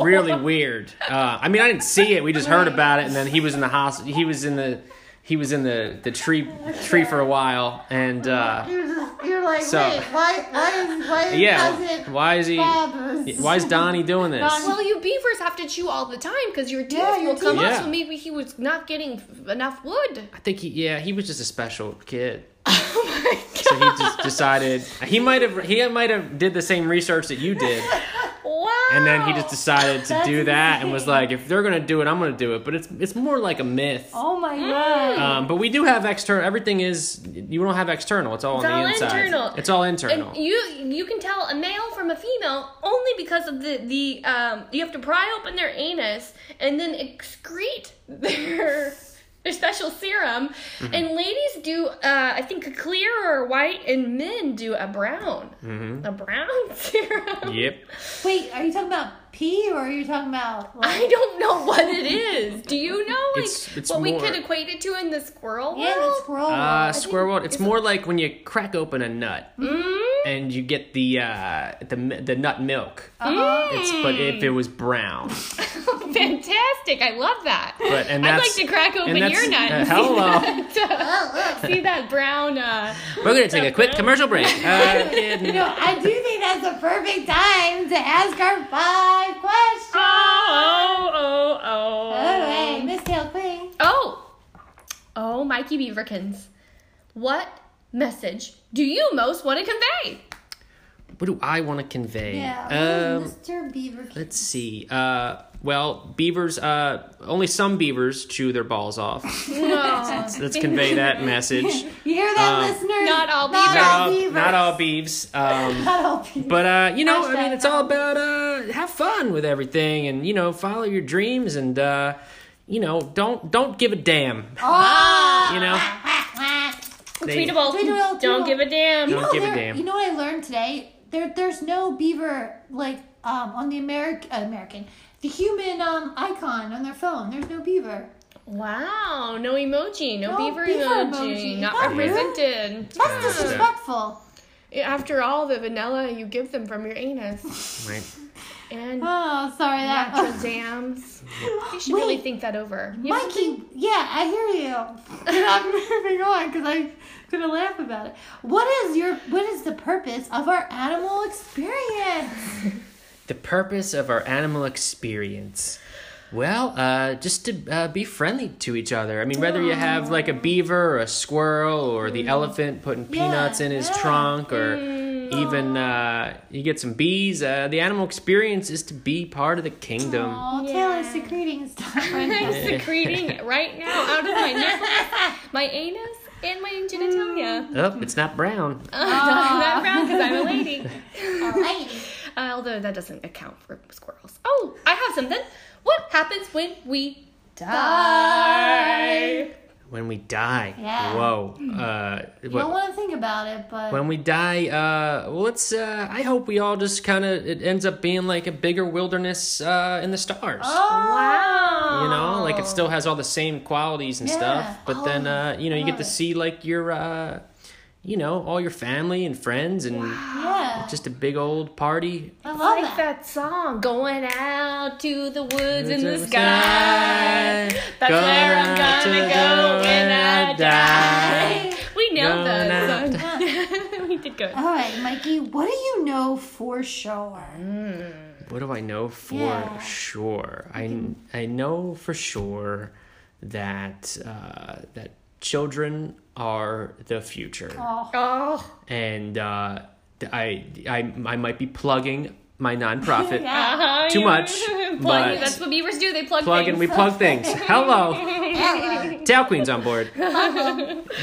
[SPEAKER 3] really weird. Uh, I mean, I didn't see it. We just heard about it, and then he was in the hospital. He was in the. He was in the, the tree tree for a while, and uh,
[SPEAKER 1] You're, just, you're like,
[SPEAKER 3] So-
[SPEAKER 1] wait, why, why is, why is
[SPEAKER 3] yeah,
[SPEAKER 1] cousin
[SPEAKER 3] why is he?
[SPEAKER 1] Bob's-
[SPEAKER 3] Why is Donnie doing this?
[SPEAKER 2] Well, you beavers have to chew all the time because your teeth
[SPEAKER 1] Yeah, your
[SPEAKER 2] will come
[SPEAKER 3] teeth-
[SPEAKER 2] off.
[SPEAKER 3] Yeah.
[SPEAKER 2] So maybe he was not getting f- enough wood.
[SPEAKER 3] I think he, yeah, he was just a special kid. So he just decided he might have he might have did the same research that you did,
[SPEAKER 2] Wow.
[SPEAKER 3] and then he just decided to
[SPEAKER 1] That's
[SPEAKER 3] do that and
[SPEAKER 1] insane.
[SPEAKER 3] was like, if they're gonna do it, I'm gonna do it. But it's it's more like a myth.
[SPEAKER 1] Oh my
[SPEAKER 2] Mm.
[SPEAKER 1] god.
[SPEAKER 3] Um, but we do have external. Everything is you don't have external. It's all
[SPEAKER 2] It's
[SPEAKER 3] on the
[SPEAKER 2] all
[SPEAKER 3] inside.
[SPEAKER 2] internal.
[SPEAKER 3] It's all internal.
[SPEAKER 2] And you you can tell a male from a female only because of the the um you have to pry open their anus and then excrete their their special serum
[SPEAKER 3] Mm-hmm.
[SPEAKER 2] and ladies do uh I think a clear or a white and men do a brown
[SPEAKER 3] Mm-hmm.
[SPEAKER 2] a brown serum.
[SPEAKER 3] yep.
[SPEAKER 1] Wait, are you talking about pee or are you talking about? Like,
[SPEAKER 2] I don't know what it is. Do you know like
[SPEAKER 3] It's- it's
[SPEAKER 2] what we could
[SPEAKER 3] more-
[SPEAKER 2] equate it to in the squirrel
[SPEAKER 1] yeah,
[SPEAKER 2] world?
[SPEAKER 1] the squirrel.
[SPEAKER 3] Uh,
[SPEAKER 1] Uh,
[SPEAKER 3] square world. It's more like when you crack open a nut
[SPEAKER 2] Mm.
[SPEAKER 3] and you get the uh, the mi- the nut milk.
[SPEAKER 1] uh-huh.
[SPEAKER 3] It's but if it was brown.
[SPEAKER 2] Fantastic! I love that.
[SPEAKER 3] But and
[SPEAKER 2] I'd
[SPEAKER 3] that's
[SPEAKER 2] like to crack open
[SPEAKER 3] and that's-
[SPEAKER 2] your nut.
[SPEAKER 3] uh,
[SPEAKER 2] and see
[SPEAKER 3] hello.
[SPEAKER 2] that, uh, see that brown? Uh,
[SPEAKER 3] We're gonna take a quick commercial break. Uh,
[SPEAKER 1] You know, I do think that's the perfect time to ask our five questions.
[SPEAKER 2] oh, oh, oh,
[SPEAKER 1] All right, Miss Tail Queen.
[SPEAKER 2] Oh, oh, Mikey Beaverkins, what message do you most want to convey?
[SPEAKER 3] what do I want to convey?
[SPEAKER 1] Yeah,
[SPEAKER 3] Um,
[SPEAKER 1] Mr. Beaver. King.
[SPEAKER 3] Let's see. Uh, well, beavers. Uh, only some beavers chew their balls off.
[SPEAKER 2] No,
[SPEAKER 3] Let's convey that message.
[SPEAKER 1] You hear that,
[SPEAKER 3] um,
[SPEAKER 1] listeners?
[SPEAKER 2] not all
[SPEAKER 3] Not all,
[SPEAKER 1] beavers.
[SPEAKER 3] not all beeves. Um,
[SPEAKER 1] Not all beavers.
[SPEAKER 3] but uh, you know, I
[SPEAKER 1] Hashtag
[SPEAKER 3] mean, it's all about uh, have fun with everything, and you know, follow your dreams, and uh, you know, don't don't give a damn.
[SPEAKER 1] Ah.
[SPEAKER 3] You know, They-
[SPEAKER 2] tweetable.
[SPEAKER 1] Tweetable,
[SPEAKER 2] Don't
[SPEAKER 1] tweetable.
[SPEAKER 2] give a damn.
[SPEAKER 1] You know,
[SPEAKER 3] give a
[SPEAKER 1] there-
[SPEAKER 3] damn.
[SPEAKER 1] You know what I learned today? There, there's no beaver like um on the American uh, American, the human um icon on their phone. There's no beaver.
[SPEAKER 2] Wow, no emoji, no,
[SPEAKER 1] No
[SPEAKER 2] beaver,
[SPEAKER 1] beaver
[SPEAKER 2] emoji,
[SPEAKER 1] emoji.
[SPEAKER 2] not
[SPEAKER 1] Not
[SPEAKER 3] really.
[SPEAKER 2] represented.
[SPEAKER 3] Ah.
[SPEAKER 1] That's disrespectful.
[SPEAKER 2] After all, the vanilla you give them from your anus
[SPEAKER 3] Right.
[SPEAKER 2] and
[SPEAKER 1] Oh, sorry that.
[SPEAKER 2] Notre Dame's. You should really
[SPEAKER 1] Wait.
[SPEAKER 2] think that over. You have
[SPEAKER 1] Mikey, yeah, I hear you. And I'm moving on because I'm gonna laugh about it. What is your what is the purpose of our animal experience?
[SPEAKER 3] The purpose of our animal experience. Well, uh, just to uh, be friendly to each other. I mean, whether you have like a beaver or a squirrel or the elephant putting peanuts in
[SPEAKER 1] Mm.
[SPEAKER 3] his
[SPEAKER 1] yeah.
[SPEAKER 3] trunk or even uh, you get some bees, uh, the animal experience is to be part of the kingdom.
[SPEAKER 1] Oh, Taylor's secreting stuff right now.
[SPEAKER 2] I'm secreting right now out of my nipples, my anus, and my genitalia.
[SPEAKER 3] Oh, it's not brown.
[SPEAKER 2] Uh, that round because I'm a lady.
[SPEAKER 1] Alrighty.
[SPEAKER 2] Uh, although that doesn't account for squirrels. Oh, I have something. What happens when we die?
[SPEAKER 3] when we die.
[SPEAKER 1] Yeah. Hmm.
[SPEAKER 3] Whoa. Uh,
[SPEAKER 1] You
[SPEAKER 3] what-
[SPEAKER 1] don't want to think about it, but
[SPEAKER 3] when we die, uh, well, let's. Uh, I hope we all just kind of. It ends up being like a bigger wilderness uh, in the
[SPEAKER 1] Oh,
[SPEAKER 3] stars.
[SPEAKER 2] Wow.
[SPEAKER 3] You know, like it
[SPEAKER 2] Oh.
[SPEAKER 3] still has all the same qualities and
[SPEAKER 1] Yeah.
[SPEAKER 3] stuff, but then
[SPEAKER 1] Oh,
[SPEAKER 3] uh, you know you get to
[SPEAKER 1] love it.
[SPEAKER 3] see like your, uh, you know, all your family and friends, and
[SPEAKER 1] yeah,
[SPEAKER 3] just a big old party.
[SPEAKER 1] I love that.
[SPEAKER 2] Like that song, going out to the woods in the
[SPEAKER 3] Woods in the
[SPEAKER 2] sky.
[SPEAKER 3] sky,
[SPEAKER 2] That's
[SPEAKER 3] going
[SPEAKER 2] where I'm
[SPEAKER 3] out
[SPEAKER 2] gonna
[SPEAKER 3] to
[SPEAKER 2] go
[SPEAKER 3] the
[SPEAKER 2] when I
[SPEAKER 3] woods
[SPEAKER 2] die. We know
[SPEAKER 3] Going out
[SPEAKER 2] those.
[SPEAKER 1] Yeah.
[SPEAKER 2] we did good.
[SPEAKER 1] All right, Mikey, what do you know for sure?
[SPEAKER 3] What do I know for
[SPEAKER 1] Yeah.
[SPEAKER 3] sure? I, I know for sure that uh, that children are the future,
[SPEAKER 2] Oh,
[SPEAKER 3] and uh, th- I, I I might be plugging my nonprofit.
[SPEAKER 2] uh-huh,
[SPEAKER 3] Too
[SPEAKER 2] you-
[SPEAKER 3] much,
[SPEAKER 2] plug,
[SPEAKER 3] but-
[SPEAKER 2] that's what beavers do. They plug,
[SPEAKER 3] Plug
[SPEAKER 2] things.
[SPEAKER 3] and we plug things. Hello,
[SPEAKER 1] Hello.
[SPEAKER 3] Dow Queen's on board.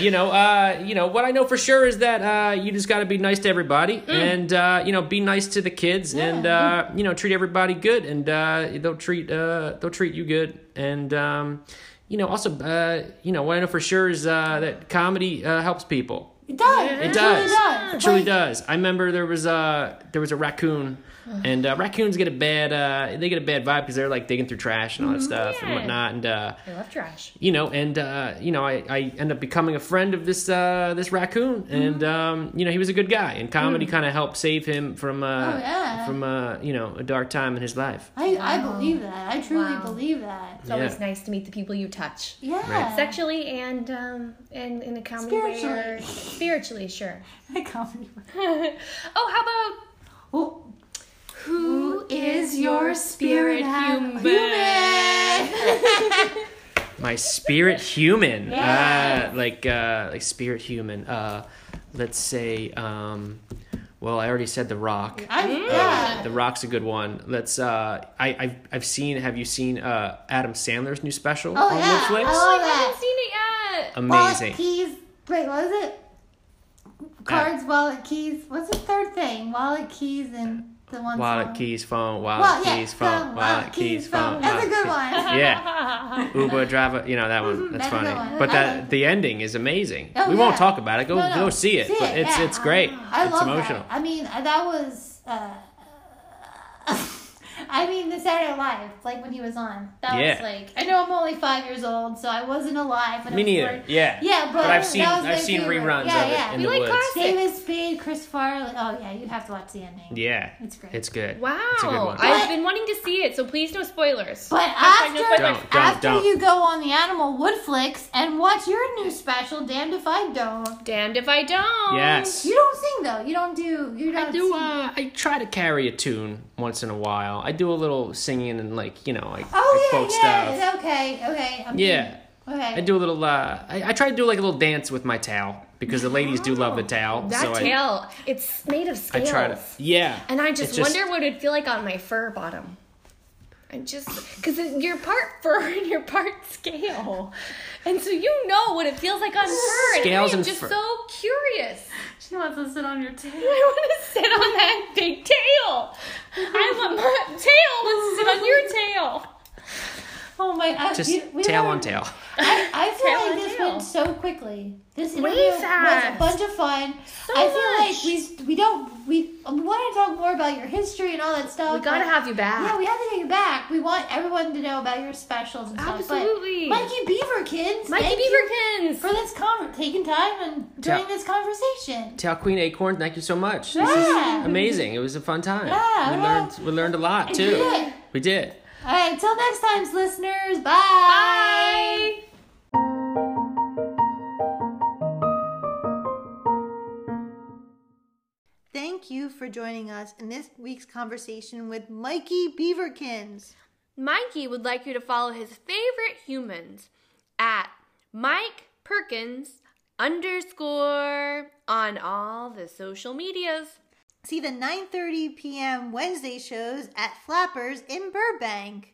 [SPEAKER 3] you know, uh, you know what I know for sure is that uh, you just got to be nice to everybody, and uh, you know, be nice to the kids, and uh, you know, treat everybody good, and uh, they'll treat uh, they'll treat you good, and um, you know, also, uh, you know, what I know for sure is uh, that comedy uh, helps people.
[SPEAKER 1] It does.
[SPEAKER 3] It
[SPEAKER 1] Truly
[SPEAKER 3] does.
[SPEAKER 1] does.
[SPEAKER 3] It truly
[SPEAKER 1] Like,
[SPEAKER 3] does. I remember there was a there was a raccoon, and uh, raccoons get a bad uh, they get a bad vibe because they're like digging through trash and all
[SPEAKER 1] Mm-hmm.
[SPEAKER 3] that stuff and
[SPEAKER 2] Yeah.
[SPEAKER 3] whatnot. And uh,
[SPEAKER 2] I love trash.
[SPEAKER 3] you know, and uh, you know, I, I end up becoming a friend of this uh, this raccoon,
[SPEAKER 1] Mm-hmm.
[SPEAKER 3] and um, you know, he was a good guy, and comedy kind of helped save him from uh,
[SPEAKER 1] Mm. Oh, yeah.
[SPEAKER 3] from uh, you know a dark time in his life.
[SPEAKER 1] I, I believe that. I truly
[SPEAKER 2] Wow.
[SPEAKER 1] believe that.
[SPEAKER 2] It's always
[SPEAKER 3] Yeah.
[SPEAKER 2] nice to meet the people you touch.
[SPEAKER 1] Yeah.
[SPEAKER 3] Right.
[SPEAKER 2] Sexually and um and in a comedy way or
[SPEAKER 1] Spiritually.
[SPEAKER 2] spiritually, sure.
[SPEAKER 1] I can't-
[SPEAKER 2] oh, how about
[SPEAKER 1] Oh,
[SPEAKER 2] who
[SPEAKER 1] is your spirit
[SPEAKER 2] human?
[SPEAKER 3] My spirit human,
[SPEAKER 1] Yeah.
[SPEAKER 3] uh, like uh, like spirit human. Uh, let's say, um, well, I already said the Rock.
[SPEAKER 1] I, yeah.
[SPEAKER 3] The Rock's a good one. Let's. Uh, I, I've I've seen. Have you seen uh, Adam Sandler's new special
[SPEAKER 1] Oh,
[SPEAKER 3] on
[SPEAKER 1] yeah.
[SPEAKER 3] Netflix?
[SPEAKER 1] I
[SPEAKER 2] Oh,
[SPEAKER 1] love
[SPEAKER 2] I haven't
[SPEAKER 1] that.
[SPEAKER 2] seen it yet.
[SPEAKER 3] Amazing.
[SPEAKER 1] Wallet, keys. Wait, what is it? Cards, wallet, keys. What's the third thing? Wallet, keys, and the one.
[SPEAKER 3] Wallet
[SPEAKER 1] song.
[SPEAKER 3] keys phone. Wallet
[SPEAKER 1] Well, yeah,
[SPEAKER 3] keys phone.
[SPEAKER 1] the
[SPEAKER 3] Wallet keys phone.
[SPEAKER 1] That's a
[SPEAKER 3] wallet
[SPEAKER 1] good
[SPEAKER 3] keys-
[SPEAKER 1] one. Mm-hmm.
[SPEAKER 3] Yeah, Uber driver. You know that one. That's
[SPEAKER 1] that's a good
[SPEAKER 3] funny.
[SPEAKER 1] one.
[SPEAKER 3] But
[SPEAKER 1] I
[SPEAKER 3] that
[SPEAKER 1] like
[SPEAKER 3] the ending is amazing.
[SPEAKER 1] Oh,
[SPEAKER 3] we won't
[SPEAKER 1] yeah.
[SPEAKER 3] talk about it. Go
[SPEAKER 1] No, no.
[SPEAKER 3] go see it.
[SPEAKER 1] See
[SPEAKER 3] but
[SPEAKER 1] it,
[SPEAKER 3] it's
[SPEAKER 1] yeah.
[SPEAKER 3] it's great.
[SPEAKER 1] I
[SPEAKER 3] it's
[SPEAKER 1] love
[SPEAKER 3] emotional.
[SPEAKER 1] that. I mean, uh, that was. Uh, I mean, the Saturday Night Live, like when he was on. That was
[SPEAKER 3] Yeah.
[SPEAKER 1] like I know I'm only five years old, so I wasn't alive. When
[SPEAKER 3] Me
[SPEAKER 1] it was
[SPEAKER 3] neither.
[SPEAKER 1] born.
[SPEAKER 3] Yeah.
[SPEAKER 1] Yeah, but,
[SPEAKER 3] But I've seen
[SPEAKER 1] that was my
[SPEAKER 3] I've seen
[SPEAKER 1] favorite.
[SPEAKER 3] reruns
[SPEAKER 1] yeah,
[SPEAKER 3] of it
[SPEAKER 1] yeah.
[SPEAKER 3] in
[SPEAKER 2] We
[SPEAKER 3] the
[SPEAKER 2] like
[SPEAKER 3] woods.
[SPEAKER 2] classic.
[SPEAKER 1] David Spade, Chris Farley. Oh yeah, you'd have to watch the ending.
[SPEAKER 3] Yeah.
[SPEAKER 1] It's great.
[SPEAKER 3] It's good.
[SPEAKER 2] Wow.
[SPEAKER 3] It's a good one.
[SPEAKER 2] I've been wanting to see it, so please no spoilers.
[SPEAKER 1] But
[SPEAKER 2] Hashtag
[SPEAKER 1] after,
[SPEAKER 2] no spoilers.
[SPEAKER 3] Don't, don't,
[SPEAKER 1] after
[SPEAKER 3] don't.
[SPEAKER 1] you go on the Animal Woodflix and watch your new special, Damned If I Don't.
[SPEAKER 2] Damned if I don't.
[SPEAKER 3] Yes.
[SPEAKER 1] You don't sing though. You don't do. You don't
[SPEAKER 3] I do.
[SPEAKER 1] sing.
[SPEAKER 3] Uh, I try to carry a tune once in a while. I do a little singing and like you know, I, I
[SPEAKER 1] Oh yeah,
[SPEAKER 3] quote
[SPEAKER 1] yeah.
[SPEAKER 3] stuff.
[SPEAKER 1] Okay, okay. I'm
[SPEAKER 3] Yeah.
[SPEAKER 1] Okay.
[SPEAKER 3] I do a little. Uh, I, I try to do like a little dance with my towel because the ladies do love the towel.
[SPEAKER 2] That
[SPEAKER 3] so I,
[SPEAKER 2] tail, it's made of
[SPEAKER 3] I
[SPEAKER 2] scales.
[SPEAKER 3] try to. Yeah.
[SPEAKER 2] And I
[SPEAKER 3] It's
[SPEAKER 2] just wonder what it'd feel like on my fur bottom. I just because you're part fur and you're part scale, and so you know what it feels like on fur.
[SPEAKER 3] Scales
[SPEAKER 2] and I am
[SPEAKER 3] and
[SPEAKER 2] just
[SPEAKER 3] fur.
[SPEAKER 2] so curious.
[SPEAKER 1] She wants to sit on your
[SPEAKER 2] I
[SPEAKER 1] tail.
[SPEAKER 2] want to sit on that big tail. I want my tail to sit on your tail.
[SPEAKER 1] Oh my! I,
[SPEAKER 3] just
[SPEAKER 1] you- we
[SPEAKER 3] tail
[SPEAKER 1] were-
[SPEAKER 3] on tail.
[SPEAKER 1] I, I feel
[SPEAKER 2] Tail
[SPEAKER 1] like
[SPEAKER 2] on
[SPEAKER 1] this
[SPEAKER 2] tail.
[SPEAKER 1] went so quickly. This
[SPEAKER 2] Way
[SPEAKER 1] interview was a
[SPEAKER 2] fast.
[SPEAKER 1] bunch of fun.
[SPEAKER 2] So
[SPEAKER 1] I
[SPEAKER 2] much.
[SPEAKER 1] feel like we we don't we, we want to talk more about your history and all that stuff.
[SPEAKER 2] We gotta
[SPEAKER 1] but-
[SPEAKER 2] have you
[SPEAKER 1] Yeah,
[SPEAKER 2] back.
[SPEAKER 1] we have to take it back. We want everyone to know about your specials and stuff. but
[SPEAKER 2] Absolutely.
[SPEAKER 1] Mikey Beaver kids.
[SPEAKER 2] Mikey
[SPEAKER 1] thank you
[SPEAKER 2] Beaverkins.
[SPEAKER 1] for this conver- taking time and during
[SPEAKER 3] Yeah.
[SPEAKER 1] this conversation.
[SPEAKER 3] Tail Queen Acorn, thank you so much. This is
[SPEAKER 1] Yeah.
[SPEAKER 3] amazing. It was a fun time.
[SPEAKER 1] Yeah,
[SPEAKER 3] we
[SPEAKER 1] well,
[SPEAKER 3] learned we learned a lot too.
[SPEAKER 1] did.
[SPEAKER 3] We did.
[SPEAKER 1] All right, till next time, listeners. Bye.
[SPEAKER 2] Bye.
[SPEAKER 1] Thank you for joining us in this week's conversation with Mikey Beaverkins.
[SPEAKER 2] Mikey would like you to follow his favorite humans at Mike Perkins underscore on all the social medias.
[SPEAKER 1] See the 9:30 p.m. Wednesday shows at Flappers in Burbank.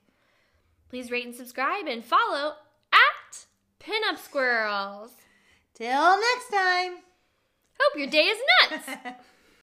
[SPEAKER 2] Please rate and subscribe and follow at Pinup Squirrels.
[SPEAKER 1] Till next time.
[SPEAKER 2] Hope your day is nuts!